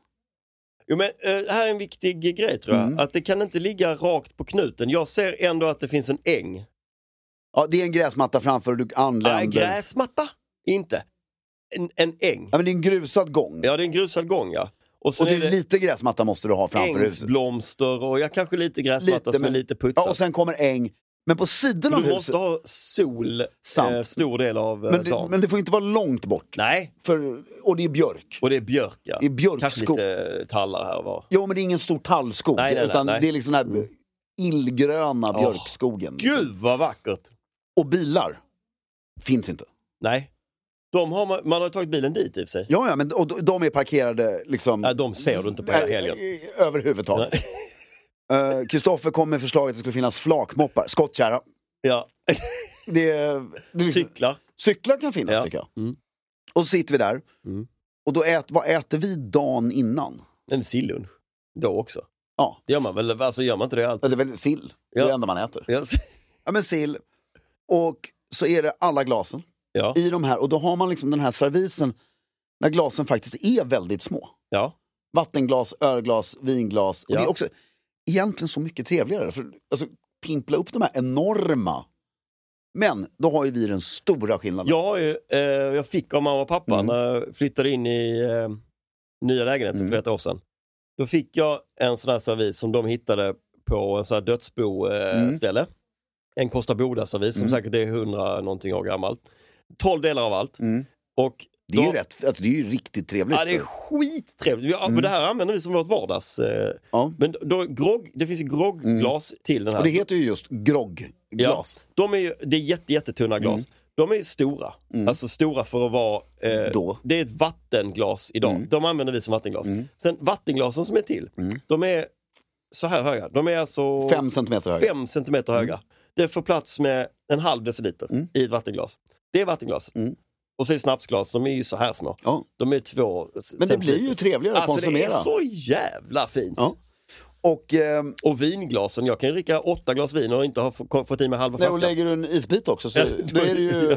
Speaker 2: Jo, men, eh, här är en viktig grej tror
Speaker 1: Mm.
Speaker 2: jag. Att det kan inte ligga rakt på knuten. Jag ser ändå att det finns en äng.
Speaker 1: Ja, det är en gräsmatta framför och du anländer.
Speaker 2: Nej, gräsmatta. Inte. En, en äng.
Speaker 1: ja, men det är en grusad gång.
Speaker 2: Ja, det är en grusad gång ja. Och sen
Speaker 1: Och typ
Speaker 2: är det
Speaker 1: lite gräsmatta måste du ha framför huset.
Speaker 2: ängsblomster och ja, kanske lite gräsmatta som är
Speaker 1: men-
Speaker 2: lite
Speaker 1: Ja,
Speaker 2: putsad.
Speaker 1: och sen kommer äng. Men på sidan
Speaker 2: Men
Speaker 1: av
Speaker 2: du måste
Speaker 1: huset.
Speaker 2: ha sol eh,
Speaker 1: Sant.
Speaker 2: stor del av eh,
Speaker 1: Men det,
Speaker 2: dagen.
Speaker 1: men det får inte vara långt bort.
Speaker 2: Nej,
Speaker 1: För, och det är björk.
Speaker 2: och det är björk ja.
Speaker 1: Det är björkskog.
Speaker 2: Kanske lite eh, tallar här och var.
Speaker 1: Jo, men det är ingen stor tallskog.
Speaker 2: Nej, nej, nej,
Speaker 1: utan
Speaker 2: nej. Mm.
Speaker 1: det är liksom den här illgröna björkskogen.
Speaker 2: Gud vad vackert!
Speaker 1: Och bilar. Finns inte.
Speaker 2: Nej, de har man, man har tagit bilen dit i och för sig.
Speaker 1: Ja, ja, men och d- de är parkerade liksom...
Speaker 2: Nej, de ser du inte på hela helgen.
Speaker 1: Nej, Överhuvudtaget. Eh, Kristoffer kom med förslaget att det skulle finnas flakmoppar, skottkärra.
Speaker 2: Ja.
Speaker 1: Det, är- det är liksom,
Speaker 2: Cyklar.
Speaker 1: cyklar kan finnas
Speaker 2: Ja.
Speaker 1: tycker jag.
Speaker 2: Mm.
Speaker 1: Och så sitter vi där. Och då ät, vad äter vi dagen innan?
Speaker 2: En sillunch. Då också.
Speaker 1: Ja,
Speaker 2: Det gör man väl, alltså gör man inte det alltid?
Speaker 1: eller väl sill. Det är
Speaker 2: Ja.
Speaker 1: det enda man äter.
Speaker 2: Ja.
Speaker 1: Ja men sill. Och så är det alla glasen
Speaker 2: Ja.
Speaker 1: i de här. Och då har man liksom den här servisen när glasen faktiskt är väldigt små.
Speaker 2: ja.
Speaker 1: Vattenglas, ölglas, vinglas. Och
Speaker 2: Ja.
Speaker 1: det är också egentligen så mycket trevligare. För, alltså, pimpla upp de här enorma. Men då har ju vi den stora skillnaden.
Speaker 2: Jag, har ju, eh, jag fick av mamma och pappa
Speaker 1: Mm.
Speaker 2: när jag flyttade in i eh, nya lägenheten
Speaker 1: Mm.
Speaker 2: för ett år sedan. Då fick jag en sån här servis som de hittade på en sån här dödsbo-ställe. Eh,
Speaker 1: Mm.
Speaker 2: ställe. En Kosta Boda-servis som säkert är 100 någonting år gammal. 12 delar av allt. Och
Speaker 1: Mm. det, är ju
Speaker 2: då-
Speaker 1: rätt, alltså, det är ju Mm. riktigt trevligt.
Speaker 2: Ja, det är skittrevligt. Ja, men Det här använder vi som vårt vardags... Eh,
Speaker 1: Ja.
Speaker 2: Men då, grogg, det finns ju grogglas till den här.
Speaker 1: Mm. Och det heter ju just groggglas.
Speaker 2: Ja, de är ju, det är jätte, jättetunna
Speaker 1: Mm.
Speaker 2: glas. De är ju stora. Alltså stora för att vara... Eh,
Speaker 1: Då. Mm.
Speaker 2: Det är ett vattenglas idag. De använder vi som vattenglas. Sen vattenglasen som är till, de är så här höga. De är alltså
Speaker 1: Fem Mm. centimeter högre.
Speaker 2: fem centimeter höga. Det får plats med en halv deciliter
Speaker 1: Mm.
Speaker 2: i ett vattenglas. Det är vattenglaset. Och så är det snapsglas, de är ju så här små.
Speaker 1: Ja.
Speaker 2: De är två
Speaker 1: Men det blir ju trevligare att
Speaker 2: Alltså det är
Speaker 1: konsumera.
Speaker 2: så jävla fint.
Speaker 1: Ja. Och, eh,
Speaker 2: Och vinglasen, jag kan ju dricka åtta glas vin och inte ha f- fått i mig halva
Speaker 1: nej, och
Speaker 2: flaskan.
Speaker 1: lägger du en isbit också så
Speaker 2: Ja,
Speaker 1: då är det ju...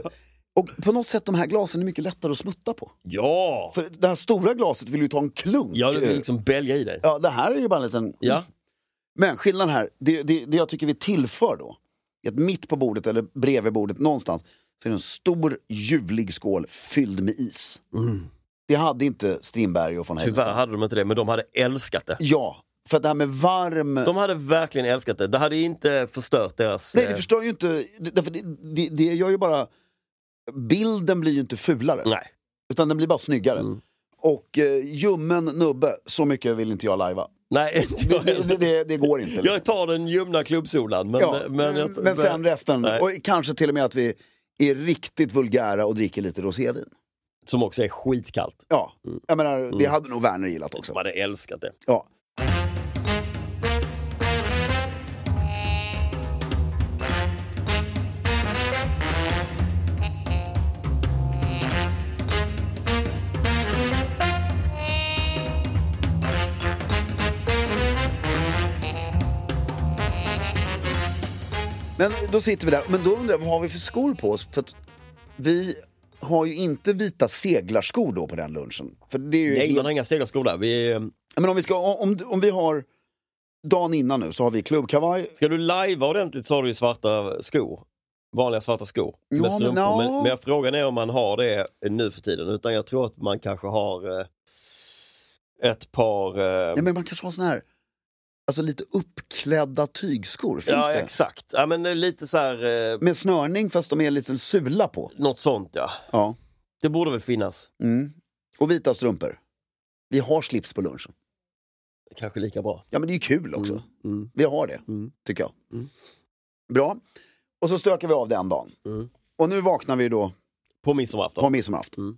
Speaker 1: Och på något sätt de här glasen är mycket lättare att smutta på.
Speaker 2: Ja!
Speaker 1: För det här stora glaset vill ju ta en klunk.
Speaker 2: Ja, du vill liksom bälga i dig.
Speaker 1: ja, det här är ju bara en liten...
Speaker 2: Ja.
Speaker 1: Men skillnaden här, det, det, det jag tycker vi tillför då, är att mitt på bordet eller bredvid bordet någonstans, så är det en stor ljuvlig skål fylld med is. Det hade inte Strindberg och von
Speaker 2: Mm. Tyvärr
Speaker 1: Heidenstam.
Speaker 2: hade de inte det, men de hade älskat det.
Speaker 1: Ja, för att det här med varm...
Speaker 2: De hade verkligen älskat det. Det hade inte förstört deras...
Speaker 1: Nej,
Speaker 2: eh,
Speaker 1: det förstör ju inte, det- därför det, det, det gör ju bara... Bilden blir ju inte fulare,
Speaker 2: Nej. Mm.
Speaker 1: utan den blir bara snyggare. Och eh, ljummen nubbe, så mycket vill inte jag lajva.
Speaker 2: Nej, inte jag
Speaker 1: Det, det,
Speaker 2: heller.
Speaker 1: det, det går inte. liksom.
Speaker 2: Jag tar den ljumna klubbsolan. Men, eh,
Speaker 1: Ja, Mm.
Speaker 2: men, jag-
Speaker 1: men sen resten.
Speaker 2: Nej.
Speaker 1: Och kanske till och med att vi är riktigt vulgära och dricker lite rosévin.
Speaker 2: Som också är skitkallt.
Speaker 1: Ja,
Speaker 2: Mm.
Speaker 1: jag menar, det hade nog Werner gillat också.
Speaker 2: De hade älskat det.
Speaker 1: Ja. Men då sitter vi där, men då undrar jag vad har vi för skor på oss? För att vi har ju inte vita seglarskor då på den lunchen. För det är ju
Speaker 2: Nej,
Speaker 1: helt-
Speaker 2: man har inga seglarskor där. Vi, eh,
Speaker 1: Ja, Men om vi, ska, om, om vi har... Dagen innan nu så har vi klubbkavaj.
Speaker 2: ska du lajva ordentligt så har du ju svarta skor. Vanliga svarta skor.
Speaker 1: Ja, men
Speaker 2: med strumpor.
Speaker 1: ja.
Speaker 2: Men, men frågan är om man har det nu för tiden. Utan jag tror att man kanske har eh, ett par... eh,
Speaker 1: Nej, men man kanske har sån här... Alltså lite uppklädda tygskor, finns
Speaker 2: ja,
Speaker 1: det?
Speaker 2: exakt. Ja, men eh, lite så här... Eh,
Speaker 1: Med snörning fast de är lite sula på.
Speaker 2: Något sånt ja.
Speaker 1: Ja.
Speaker 2: Det borde väl finnas.
Speaker 1: Mm. Och vita strumpor. Vi har slips på lunchen.
Speaker 2: Kanske lika bra.
Speaker 1: Ja men det är ju kul också.
Speaker 2: Mm,
Speaker 1: Vi har det, tycker jag. Bra. Och så stökar vi av den dagen.
Speaker 2: Mm.
Speaker 1: Och nu vaknar vi då
Speaker 2: På midsommarafton.
Speaker 1: på midsommarafton.
Speaker 2: Mm.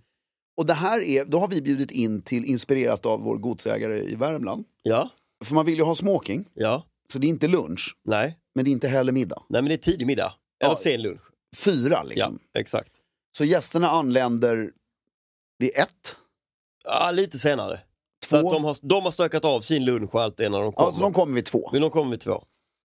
Speaker 1: Och det här är, då har vi bjudit in till, inspirerat av vår godsägare i Värmland.
Speaker 2: Ja,
Speaker 1: För man vill ju ha smoking,
Speaker 2: ja.
Speaker 1: så det är inte lunch.
Speaker 2: Nej.
Speaker 1: men det är inte heller middag.
Speaker 2: Nej men det är tidig middag. Eller
Speaker 1: Ja.
Speaker 2: sen lunch.
Speaker 1: Fyra
Speaker 2: Ja,
Speaker 1: liksom.
Speaker 2: exakt.
Speaker 1: Så gästerna anländer vid ett,
Speaker 2: Ja, lite senare.
Speaker 1: två.
Speaker 2: Så att de, har, de har stökat av sin lunch och allt det när de kommer.
Speaker 1: Ja, så de kommer vid två.
Speaker 2: Men de kommer vid två.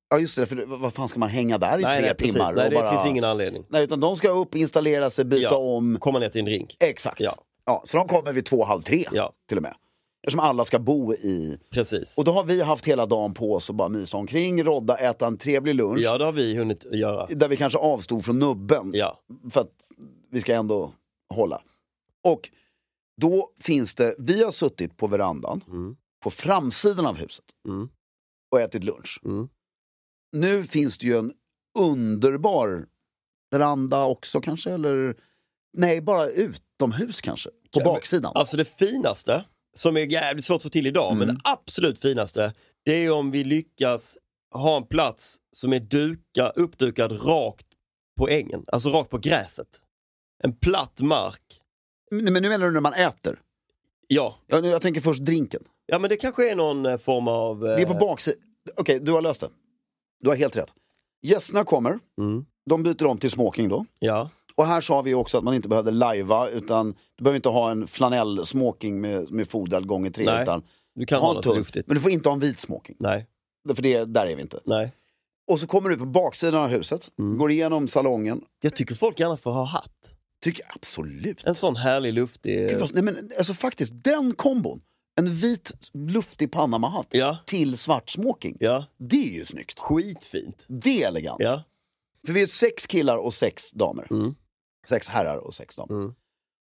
Speaker 1: Ja just det, för det- vad fan ska man hänga där i
Speaker 2: nej,
Speaker 1: tre
Speaker 2: nej, precis.
Speaker 1: timmar?
Speaker 2: Nej,
Speaker 1: och
Speaker 2: det finns ingen anledning.
Speaker 1: nej, utan de ska upp, installera sig, byta
Speaker 2: Ja.
Speaker 1: om.
Speaker 2: Komma ner till en drink.
Speaker 1: Exakt. Ja.
Speaker 2: Ja.
Speaker 1: så de kommer vid två, halv tre
Speaker 2: Ja.
Speaker 1: till och med. Eftersom alla ska bo i...
Speaker 2: Precis.
Speaker 1: Och då har vi haft hela dagen på oss att bara mysa omkring, rodda, äta en trevlig lunch.
Speaker 2: Ja, det har vi hunnit göra.
Speaker 1: Där vi kanske avstod från nubben.
Speaker 2: Ja.
Speaker 1: För att vi ska ändå hålla. Och Då finns det, vi har suttit på verandan,
Speaker 2: Mm.
Speaker 1: på framsidan av huset
Speaker 4: Mm.
Speaker 1: och ätit lunch.
Speaker 4: Mm.
Speaker 1: Nu finns det ju en underbar veranda också kanske, eller? Nej, bara utomhus kanske, på baksidan.
Speaker 2: Alltså det finaste, som är jävligt svårt att få till idag, men
Speaker 1: Mm.
Speaker 2: det absolut finaste, det är om vi lyckas ha en plats som är duka, uppdukad rakt på ängen, alltså rakt på gräset. En platt mark.
Speaker 1: Men men nu menar du när man äter?
Speaker 2: Ja,
Speaker 1: Jag, jag tänker först drinken.
Speaker 2: ja men det kanske är någon eh, form av... eh,
Speaker 1: Det är på baksidan. Okej, du har löst det. Du har helt rätt. Gästerna kommer,
Speaker 2: Mm.
Speaker 1: de byter om till smoking då.
Speaker 2: Ja,
Speaker 1: Och här sa vi ju också att man inte behövde lajva, utan du behöver inte ha en flanell-smoking med, med fodrad gånger tre.
Speaker 2: Nej,
Speaker 1: utan
Speaker 2: du kan
Speaker 1: ha
Speaker 2: ha
Speaker 1: en
Speaker 2: något
Speaker 1: tunn.
Speaker 2: luftigt.
Speaker 1: Men du får inte ha en vit smoking,
Speaker 2: Nej,
Speaker 1: för det, där är vi inte.
Speaker 2: nej.
Speaker 1: Och så kommer du på baksidan av huset,
Speaker 2: Mm.
Speaker 1: går igenom salongen.
Speaker 2: Jag tycker folk gärna får ha hatt.
Speaker 1: Tycker absolut...
Speaker 2: En sån härlig luftig...
Speaker 1: Gud, fast, nej, men, alltså, faktiskt, den kombon. En vit, luftig Panama-hatt
Speaker 2: Ja.
Speaker 1: till svart smoking.
Speaker 2: Ja,
Speaker 1: Det är ju snyggt.
Speaker 2: skitfint.
Speaker 1: Det är elegant.
Speaker 2: Ja.
Speaker 1: För vi är sex killar och sex damer.
Speaker 2: Mm.
Speaker 1: Sex herrar och sex damer.
Speaker 2: Mm.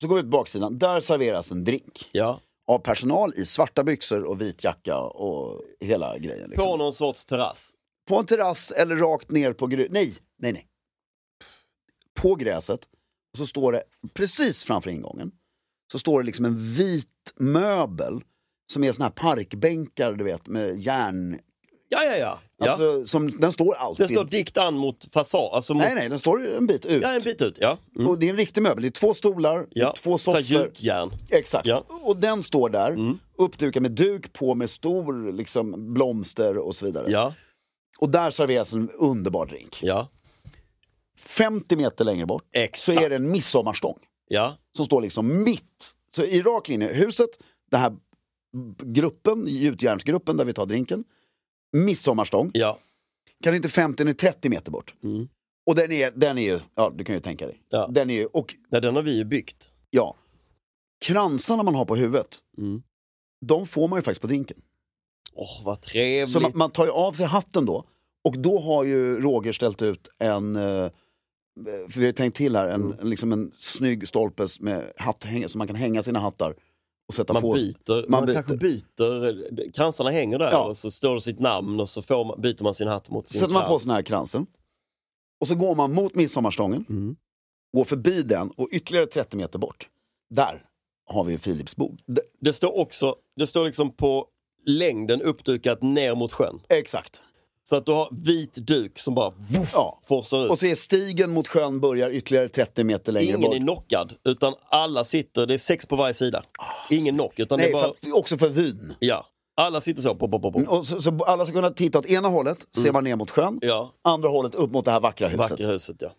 Speaker 1: Så går vi på baksidan, där serveras en drink.
Speaker 2: Ja.
Speaker 1: Av personal i svarta byxor och vit jacka och hela grejen. Liksom.
Speaker 2: På någon sorts terrass.
Speaker 1: På en terrass eller rakt ner på gräset. Nej, nej, nej. På gräset. Och så står det precis framför ingången. Så står det liksom en vit möbel. Som är såna här parkbänkar du vet med järn.
Speaker 2: Ja, ja, ja. ja.
Speaker 1: Alltså, som, den står alltid.
Speaker 2: det står dikt an mot fasad. Alltså mot...
Speaker 1: Nej, nej, den står en bit ut.
Speaker 2: Ja, en bit ut. Ja. Mm.
Speaker 1: Och det är en riktig möbel. Det är två stolar, det är
Speaker 2: ja.
Speaker 1: två
Speaker 2: Så här
Speaker 1: soffor.
Speaker 2: Gjutjärn.
Speaker 1: Exakt.
Speaker 2: Ja. Mm.
Speaker 1: Och den står där, uppdukad med duk på med stor liksom, blomster och så vidare.
Speaker 2: Ja,
Speaker 1: Och där serveras en underbar drink.
Speaker 2: ja,
Speaker 1: 50 meter längre bort
Speaker 2: Exakt.
Speaker 1: så är det en midsommarstång
Speaker 2: ja.
Speaker 1: som står liksom mitt. Så i rak linje, huset, den här gruppen, gjutjärnsgruppen där vi tar drinken, midsommarstång,
Speaker 2: Ja,
Speaker 1: kanske inte 50, den är 30 meter bort. Och den är, den är ju, ja du kan ju tänka dig,
Speaker 2: Mm. Ja.
Speaker 1: den är ju, och
Speaker 2: Nej, den har vi ju byggt.
Speaker 1: Ja. Kransarna man har på huvudet,
Speaker 2: Mm.
Speaker 1: de får man ju faktiskt på drinken.
Speaker 2: Åh, vad trevligt.
Speaker 1: Så man, man tar ju av sig hatten då. Och då har ju Roger ställt ut en, eh, för vi har ju tänkt till här, en,
Speaker 2: Mm.
Speaker 1: liksom en snygg stolpe med hatthängare så man kan hänga sina hattar och sätta
Speaker 2: Man
Speaker 1: på sig.
Speaker 2: byter,
Speaker 1: Man
Speaker 2: man, kanske byter, eh, kransarna hänger där
Speaker 1: Ja.
Speaker 2: och så står det sitt namn och så får man, byter man sin hatt mot sin
Speaker 1: Sätter man på
Speaker 2: krans.
Speaker 1: sig den här kransen. Och så går man mot midsommarstången,
Speaker 2: Mm.
Speaker 1: går förbi den och ytterligare 30 meter bort. Där har vi Filips bord. D-
Speaker 2: Det står också, det står liksom på längden uppdukat ner mot sjön.
Speaker 1: Exakt.
Speaker 2: Så att du har vit duk som bara voff,
Speaker 1: Ja.
Speaker 2: forsar ut.
Speaker 1: Och så är stigen mot sjön börjar ytterligare 30 meter längre
Speaker 2: Ingen
Speaker 1: bort.
Speaker 2: är knockad, utan alla sitter, det är sex på varje sida. Ingen knock, utan det
Speaker 1: Ah, Nej,
Speaker 2: är bara...
Speaker 1: för att, också för vyn.
Speaker 2: Ja, alla sitter så. Pop, pop, pop, pop.
Speaker 1: Mm. Och så, så alla ska kunna titta åt ena hållet, ser man ner mot sjön,
Speaker 2: Mm. Ja,
Speaker 1: andra hållet upp mot det här vackra huset.
Speaker 2: vackra huset ja.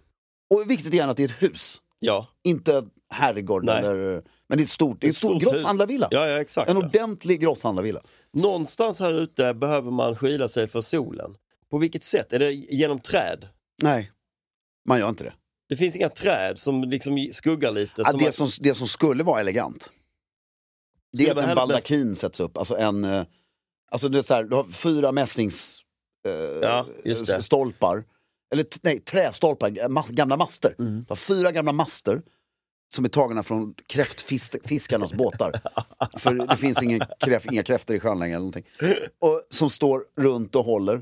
Speaker 1: Och viktigt igen att det är ett hus,
Speaker 2: Ja,
Speaker 1: inte en herrgård
Speaker 2: Nej.
Speaker 1: eller... Men det är ett stort, det är ett stort,
Speaker 2: hus.
Speaker 1: grosshandlarvilla.
Speaker 2: Ja, ja exakt.
Speaker 1: en
Speaker 2: ja.
Speaker 1: ordentlig grosshandlarvilla.
Speaker 2: Någonstans här ute behöver man skyla sig för solen. På vilket sätt? Är det genom träd?
Speaker 1: Nej, man gör inte det.
Speaker 2: Det finns inga träd som liksom skuggar lite.
Speaker 1: Det,
Speaker 2: som
Speaker 1: det,
Speaker 2: man-
Speaker 1: som, det som skulle vara elegant, det
Speaker 2: Skulle
Speaker 1: är
Speaker 2: vara
Speaker 1: att en
Speaker 2: härligt.
Speaker 1: baldakin sätts upp. Alltså en... eh, Alltså du, vet så här, du har fyra mässings... eh,
Speaker 2: Ja, just det.
Speaker 1: stolpar. Eller t- nej, trästolpar, eh, mas- gamla master.
Speaker 2: Mm.
Speaker 1: Du har fyra gamla master som är tagna från kräftfiskarnas båtar. För det finns ingen kräf, inga kräftor i sjön längre. Eller någonting. Och, som står runt och håller.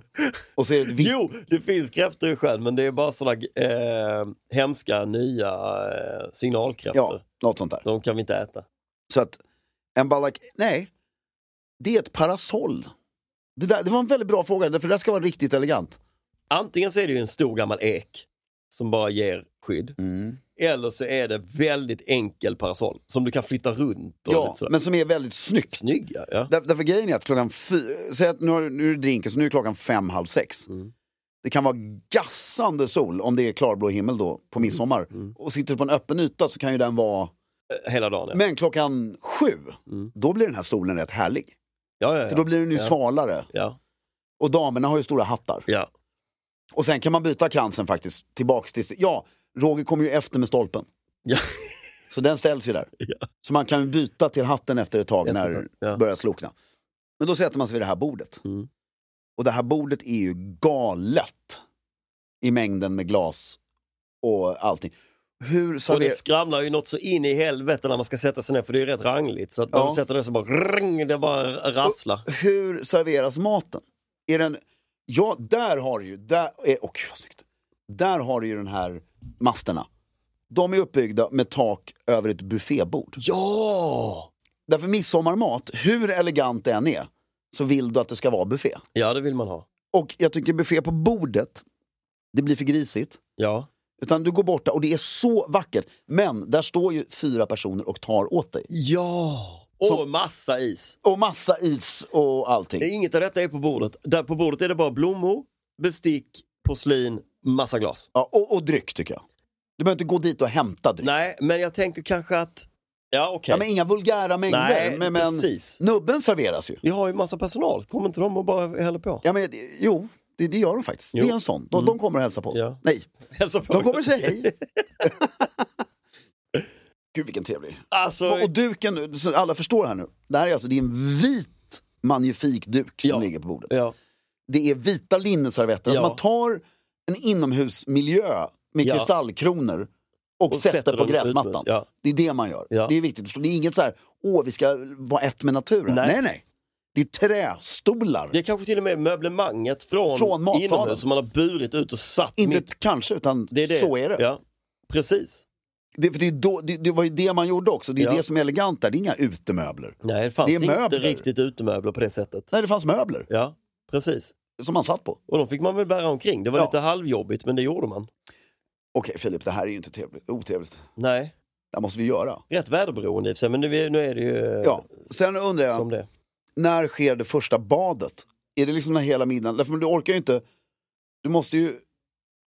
Speaker 1: Och så är det ett vitt...
Speaker 2: Jo, det finns kräftor i sjön men det är bara sådana eh, hemska nya eh, signalkräftor.
Speaker 1: Ja, något sånt där.
Speaker 2: De kan vi inte äta.
Speaker 1: Så att en ballak... Nej, det är ett parasoll. Det, där, det var en väldigt bra fråga, för det där ska vara riktigt elegant.
Speaker 2: Antingen så är det ju en stor gammal ek som bara ger skydd.
Speaker 1: Mm.
Speaker 2: Eller så är det väldigt enkel parasoll som du kan flytta runt. Och
Speaker 1: Ja,
Speaker 2: lite sådär.
Speaker 1: men som är väldigt snyggt.
Speaker 2: Snygg ja. ja.
Speaker 1: Där, därför grejen är att klockan fy- säg att nu, har, nu är det drinken, så nu är klockan fem, halv sex.
Speaker 2: Mm.
Speaker 1: Det kan vara gassande sol om det är klarblå himmel då
Speaker 2: Mm.
Speaker 1: på midsommar. Och sitter du på en öppen yta så kan ju den vara...
Speaker 2: Hela dagen ja.
Speaker 1: Men klockan sju, då blir den här solen rätt härlig.
Speaker 2: ja, ja,
Speaker 1: För
Speaker 2: ja.
Speaker 1: då blir den ju svalare.
Speaker 2: ja.
Speaker 1: Och damerna har ju stora hattar.
Speaker 2: ja.
Speaker 1: Och sen kan man byta kransen faktiskt, tillbaks till... Ja, Roger kommer ju efter med stolpen.
Speaker 2: Ja.
Speaker 1: Så den ställs ju där.
Speaker 2: Ja.
Speaker 1: Så man kan ju byta till hatten efter ett tag när
Speaker 2: Efter ett
Speaker 1: det
Speaker 2: tag, ja.
Speaker 1: börjar slokna. Men då sätter man sig vid det här bordet.
Speaker 2: Mm.
Speaker 1: Och det här bordet är ju galet i mängden med glas och allting. Hur
Speaker 2: Och det
Speaker 1: serverar...
Speaker 2: skramlar ju något så in i helvete när man ska sätta sig ner, för det är ju rätt rangligt. Så att när
Speaker 1: Ja.
Speaker 2: man sätter ner så bara, ring, det bara rasslar.
Speaker 1: Hur serveras maten? Är den... Ja, där har du ju... Där... eh, Åh, gud vad snyggt. Där har du ju den här masterna. De är uppbyggda med tak över ett buffébord.
Speaker 2: Ja!
Speaker 1: Därför midsommarmat, hur elegant det än är, så vill du att det ska vara buffé.
Speaker 2: Ja, det vill man ha.
Speaker 1: Och jag tycker buffé på bordet, det blir för grisigt.
Speaker 2: Ja.
Speaker 1: Utan du går borta och det är så vackert. Men där står ju fyra personer och tar åt dig.
Speaker 2: Ja! Och
Speaker 1: Så-
Speaker 2: massa is.
Speaker 1: Och massa is och allting.
Speaker 2: Inget av detta är på bordet. Där på bordet är det bara blommor, bestick, porslin, massa glas.
Speaker 1: Ja, och, och dryck tycker jag. Du behöver inte gå dit och hämta dryck.
Speaker 2: Nej, men jag tänker kanske att... Ja, okej.
Speaker 1: Typ. Ja, men inga vulgära mängder.
Speaker 2: Nej,
Speaker 1: men, men
Speaker 2: precis.
Speaker 1: nubben serveras ju.
Speaker 2: Vi har ju massa personal. Kommer inte de och bara häller på?
Speaker 1: Ja, men, jo, det, det gör de faktiskt.
Speaker 2: Jo. Mm.
Speaker 1: Det är en sån. De, de kommer och hälsar på.
Speaker 2: Ja.
Speaker 1: Nej,
Speaker 2: Hälsa på.
Speaker 1: de kommer och säger hej. Gud vilken trevlig.
Speaker 2: Alltså,
Speaker 1: Och, och duken, nu, så alla förstår här nu. Det här är alltså det är en vit magnifik duk som
Speaker 2: Ja.
Speaker 1: ligger på bordet.
Speaker 2: ja.
Speaker 1: Det är vita linneservetter. Alltså
Speaker 2: Ja.
Speaker 1: man tar en inomhusmiljö med
Speaker 2: Ja.
Speaker 1: kristallkronor och,
Speaker 2: Och
Speaker 1: sätter,
Speaker 2: sätter
Speaker 1: på
Speaker 2: dem
Speaker 1: gräsmattan.
Speaker 2: utomhus, ja.
Speaker 1: Det är det man gör.
Speaker 2: Ja.
Speaker 1: Det är viktigt. att förstå. Det är inget så här, åh vi ska vara ett med naturen. Nej,
Speaker 2: Nej.
Speaker 1: nej. Det är trästolar.
Speaker 2: Det är kanske till och med möblemanget från,
Speaker 1: Från matsalen.
Speaker 2: inomhus som man har burit ut och satt
Speaker 1: Inte
Speaker 2: mitt...
Speaker 1: ett kanske, utan
Speaker 2: Det är det.
Speaker 1: så är det.
Speaker 2: Ja. Precis.
Speaker 1: Det, för det, är då, det. Det var ju det man gjorde också. Det är
Speaker 2: Ja.
Speaker 1: det som är elegant där. Det är inga utemöbler.
Speaker 2: Nej, det fanns
Speaker 1: Det är
Speaker 2: inte
Speaker 1: möbler.
Speaker 2: riktigt utemöbler på det sättet.
Speaker 1: Nej, det fanns möbler
Speaker 2: Ja, precis.
Speaker 1: som man satt på.
Speaker 2: Och de fick man väl bära omkring. Det var
Speaker 1: Ja.
Speaker 2: lite halvjobbigt, men det gjorde man.
Speaker 1: Okej Filip, det här är ju inte trevligt. otrevligt.
Speaker 2: Nej,
Speaker 1: Det här måste vi göra.
Speaker 2: rätt väderberoende i och för sig, men nu är, nu är det ju eh,
Speaker 1: Ja. Sen undrar jag,
Speaker 2: som det är.
Speaker 1: när sker det första badet? Är det liksom när hela middagen? Därför du orkar ju inte. Du måste ju...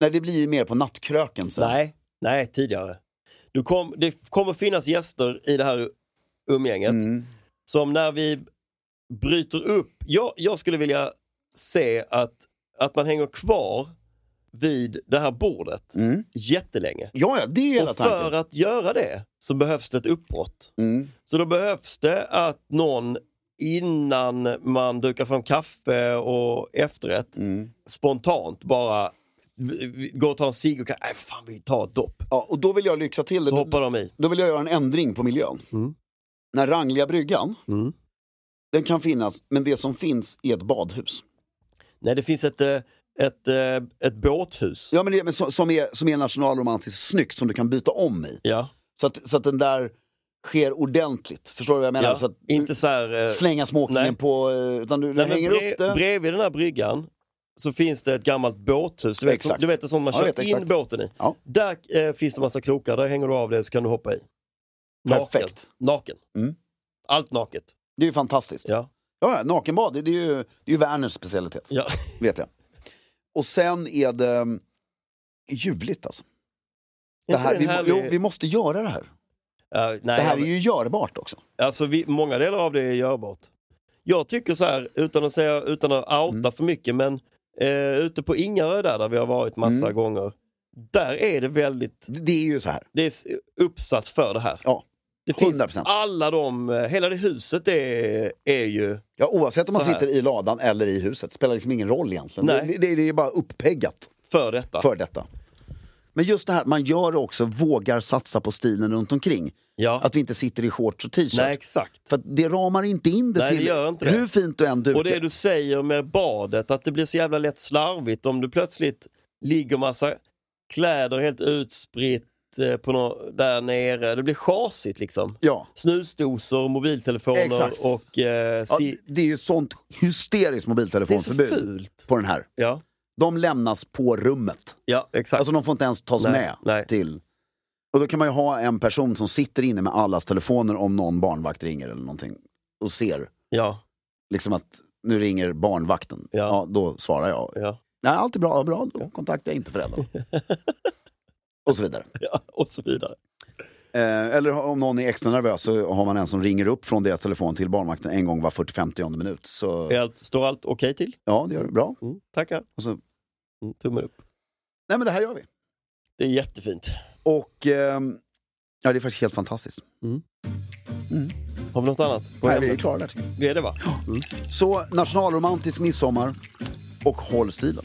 Speaker 1: Nej, det blir ju mer på nattkröken sen.
Speaker 2: Nej, nej, tidigare. Du kom, det kommer finnas gäster i det här umgänget
Speaker 1: Mm.
Speaker 2: som när vi bryter upp, jag, jag skulle vilja se att, att man hänger kvar vid det här bordet
Speaker 1: Mm.
Speaker 2: jättelänge.
Speaker 1: Ja, ja, det är hela
Speaker 2: Och för
Speaker 1: tanken.
Speaker 2: att göra det så behövs det ett uppbrott.
Speaker 1: Mm.
Speaker 2: Så då behövs det att någon innan man dukar fram kaffe och efterrätt
Speaker 1: Mm.
Speaker 2: spontant bara v- v- gå och ta en cigg och kan, nej fan vi tar ett dopp.
Speaker 1: Ja, och då vill jag lyxa till det.
Speaker 2: Så
Speaker 1: Då,
Speaker 2: hoppar de i.
Speaker 1: då vill jag göra en ändring på miljön.
Speaker 2: Mm.
Speaker 1: Den här rangliga bryggan,
Speaker 2: Mm.
Speaker 1: den kan finnas, men det som finns är ett badhus.
Speaker 2: Nej det finns ett, eh, ett, eh, ett båthus.
Speaker 1: Ja, men det, men som, som, är, som är nationalromantiskt snyggt, som du kan byta om i.
Speaker 2: Ja.
Speaker 1: Så att, så att den där sker ordentligt. Förstår du vad jag menar?
Speaker 2: ja.
Speaker 1: Så att du-
Speaker 2: Inte så här... eh,
Speaker 1: alltså, slänga småkningen
Speaker 2: nej.
Speaker 1: på... eh, Utan du, du
Speaker 2: nej, men
Speaker 1: hänger
Speaker 2: bre-
Speaker 1: upp det.
Speaker 2: Bredvid den här bryggan så finns det ett gammalt båthus. Du vet, som,
Speaker 1: Exakt.
Speaker 2: du vet det som man
Speaker 1: Ja, jag
Speaker 2: kör
Speaker 1: vet
Speaker 2: in
Speaker 1: exakt.
Speaker 2: båten i.
Speaker 1: Ja.
Speaker 2: Där eh, finns det massa krokar, där hänger du av det så kan du hoppa i.
Speaker 1: Perfekt.
Speaker 2: Naken.
Speaker 1: Mm.
Speaker 2: Allt naket.
Speaker 1: Det är ju fantastiskt. Ja.
Speaker 2: Ja.
Speaker 1: Ja, nakenbad, det, det är ju, det är ju Werners specialitet.
Speaker 2: Ja.
Speaker 1: Vet jag. Och sen är det mm, ljuvligt alltså. Det
Speaker 2: Inte
Speaker 1: här, vi, må-
Speaker 2: härlig-
Speaker 1: jo, vi måste göra det här.
Speaker 2: Ja, nej,
Speaker 1: Det här
Speaker 2: jag-
Speaker 1: är ju görbart också.
Speaker 2: Alltså vi, många delar av det är görbart. Jag tycker så här, utan att, säga, utan att outa
Speaker 1: Mm.
Speaker 2: för mycket, men eh, ute på Ingarö där, där vi har varit massa
Speaker 1: Mm.
Speaker 2: gånger, där är det väldigt,
Speaker 1: Det, det är ju så här.
Speaker 2: det är s- uppsatt för det här.
Speaker 1: Ja,
Speaker 2: Det
Speaker 1: 100
Speaker 2: finns alla de, eh, hela det huset är, är ju,
Speaker 1: Ja, oavsett om man
Speaker 2: Så här.
Speaker 1: sitter i ladan eller i huset, spelar liksom ingen roll egentligen.
Speaker 2: Nej.
Speaker 1: Det, det, det är bara uppeggat
Speaker 2: för detta.
Speaker 1: för detta. Men just det här, man gör också, vågar satsa på stilen runt omkring.
Speaker 2: ja.
Speaker 1: Att vi inte sitter i shorts och t-shirt.
Speaker 2: Nej, exakt.
Speaker 1: För att det ramar inte in det
Speaker 2: Nej, det
Speaker 1: till
Speaker 2: gör inte det.
Speaker 1: hur fint du än dukar.
Speaker 2: Och det du säger med badet, att det blir så jävla lätt slarvigt om du plötsligt ligger massa kläder helt utspritt eh, på nå- där nere. Det blir chasigt liksom.
Speaker 1: Ja.
Speaker 2: Snusdosor, mobiltelefoner
Speaker 1: Exakt.
Speaker 2: och... Eh,
Speaker 1: Ja,
Speaker 2: si-
Speaker 1: det är ju sånt hysteriskt
Speaker 2: Det
Speaker 1: mobiltelefonförbud
Speaker 2: är så fult.
Speaker 1: på den här.
Speaker 2: ja.
Speaker 1: De lämnas på rummet.
Speaker 2: ja, exakt.
Speaker 1: Alltså de får inte ens tas
Speaker 2: Nej,
Speaker 1: med
Speaker 2: nej.
Speaker 1: till... Och då kan man ju ha en person som sitter inne med allas telefoner om någon barnvakt ringer eller någonting. Och ser
Speaker 2: ja,
Speaker 1: liksom att nu ringer barnvakten. Ja.
Speaker 2: Ja.
Speaker 1: då svarar jag.
Speaker 2: ja,
Speaker 1: Nej, allt är bra, ja, bra, då kontaktar jag inte föräldrarna. och så vidare.
Speaker 2: ja, och så vidare.
Speaker 1: Eh, eller om någon är extra nervös så har man en som ringer upp från deras telefon till barnvakten en gång var 40-50 minut. Så
Speaker 2: Är Allt, står allt okej till?
Speaker 1: ja, det gör du. Bra.
Speaker 2: Mm, tackar.
Speaker 1: Och så,
Speaker 2: Mm, tummen upp.
Speaker 1: nej men det här gör vi.
Speaker 2: Det är jättefint.
Speaker 1: Och ehm, ja, det är faktiskt helt fantastiskt.
Speaker 2: Har vi något annat? på
Speaker 1: Nej, vi är
Speaker 2: ämnet?
Speaker 1: klara där tycker jag.
Speaker 2: Vi är det va?
Speaker 1: Så nationalromantisk midsommar och håll stilen.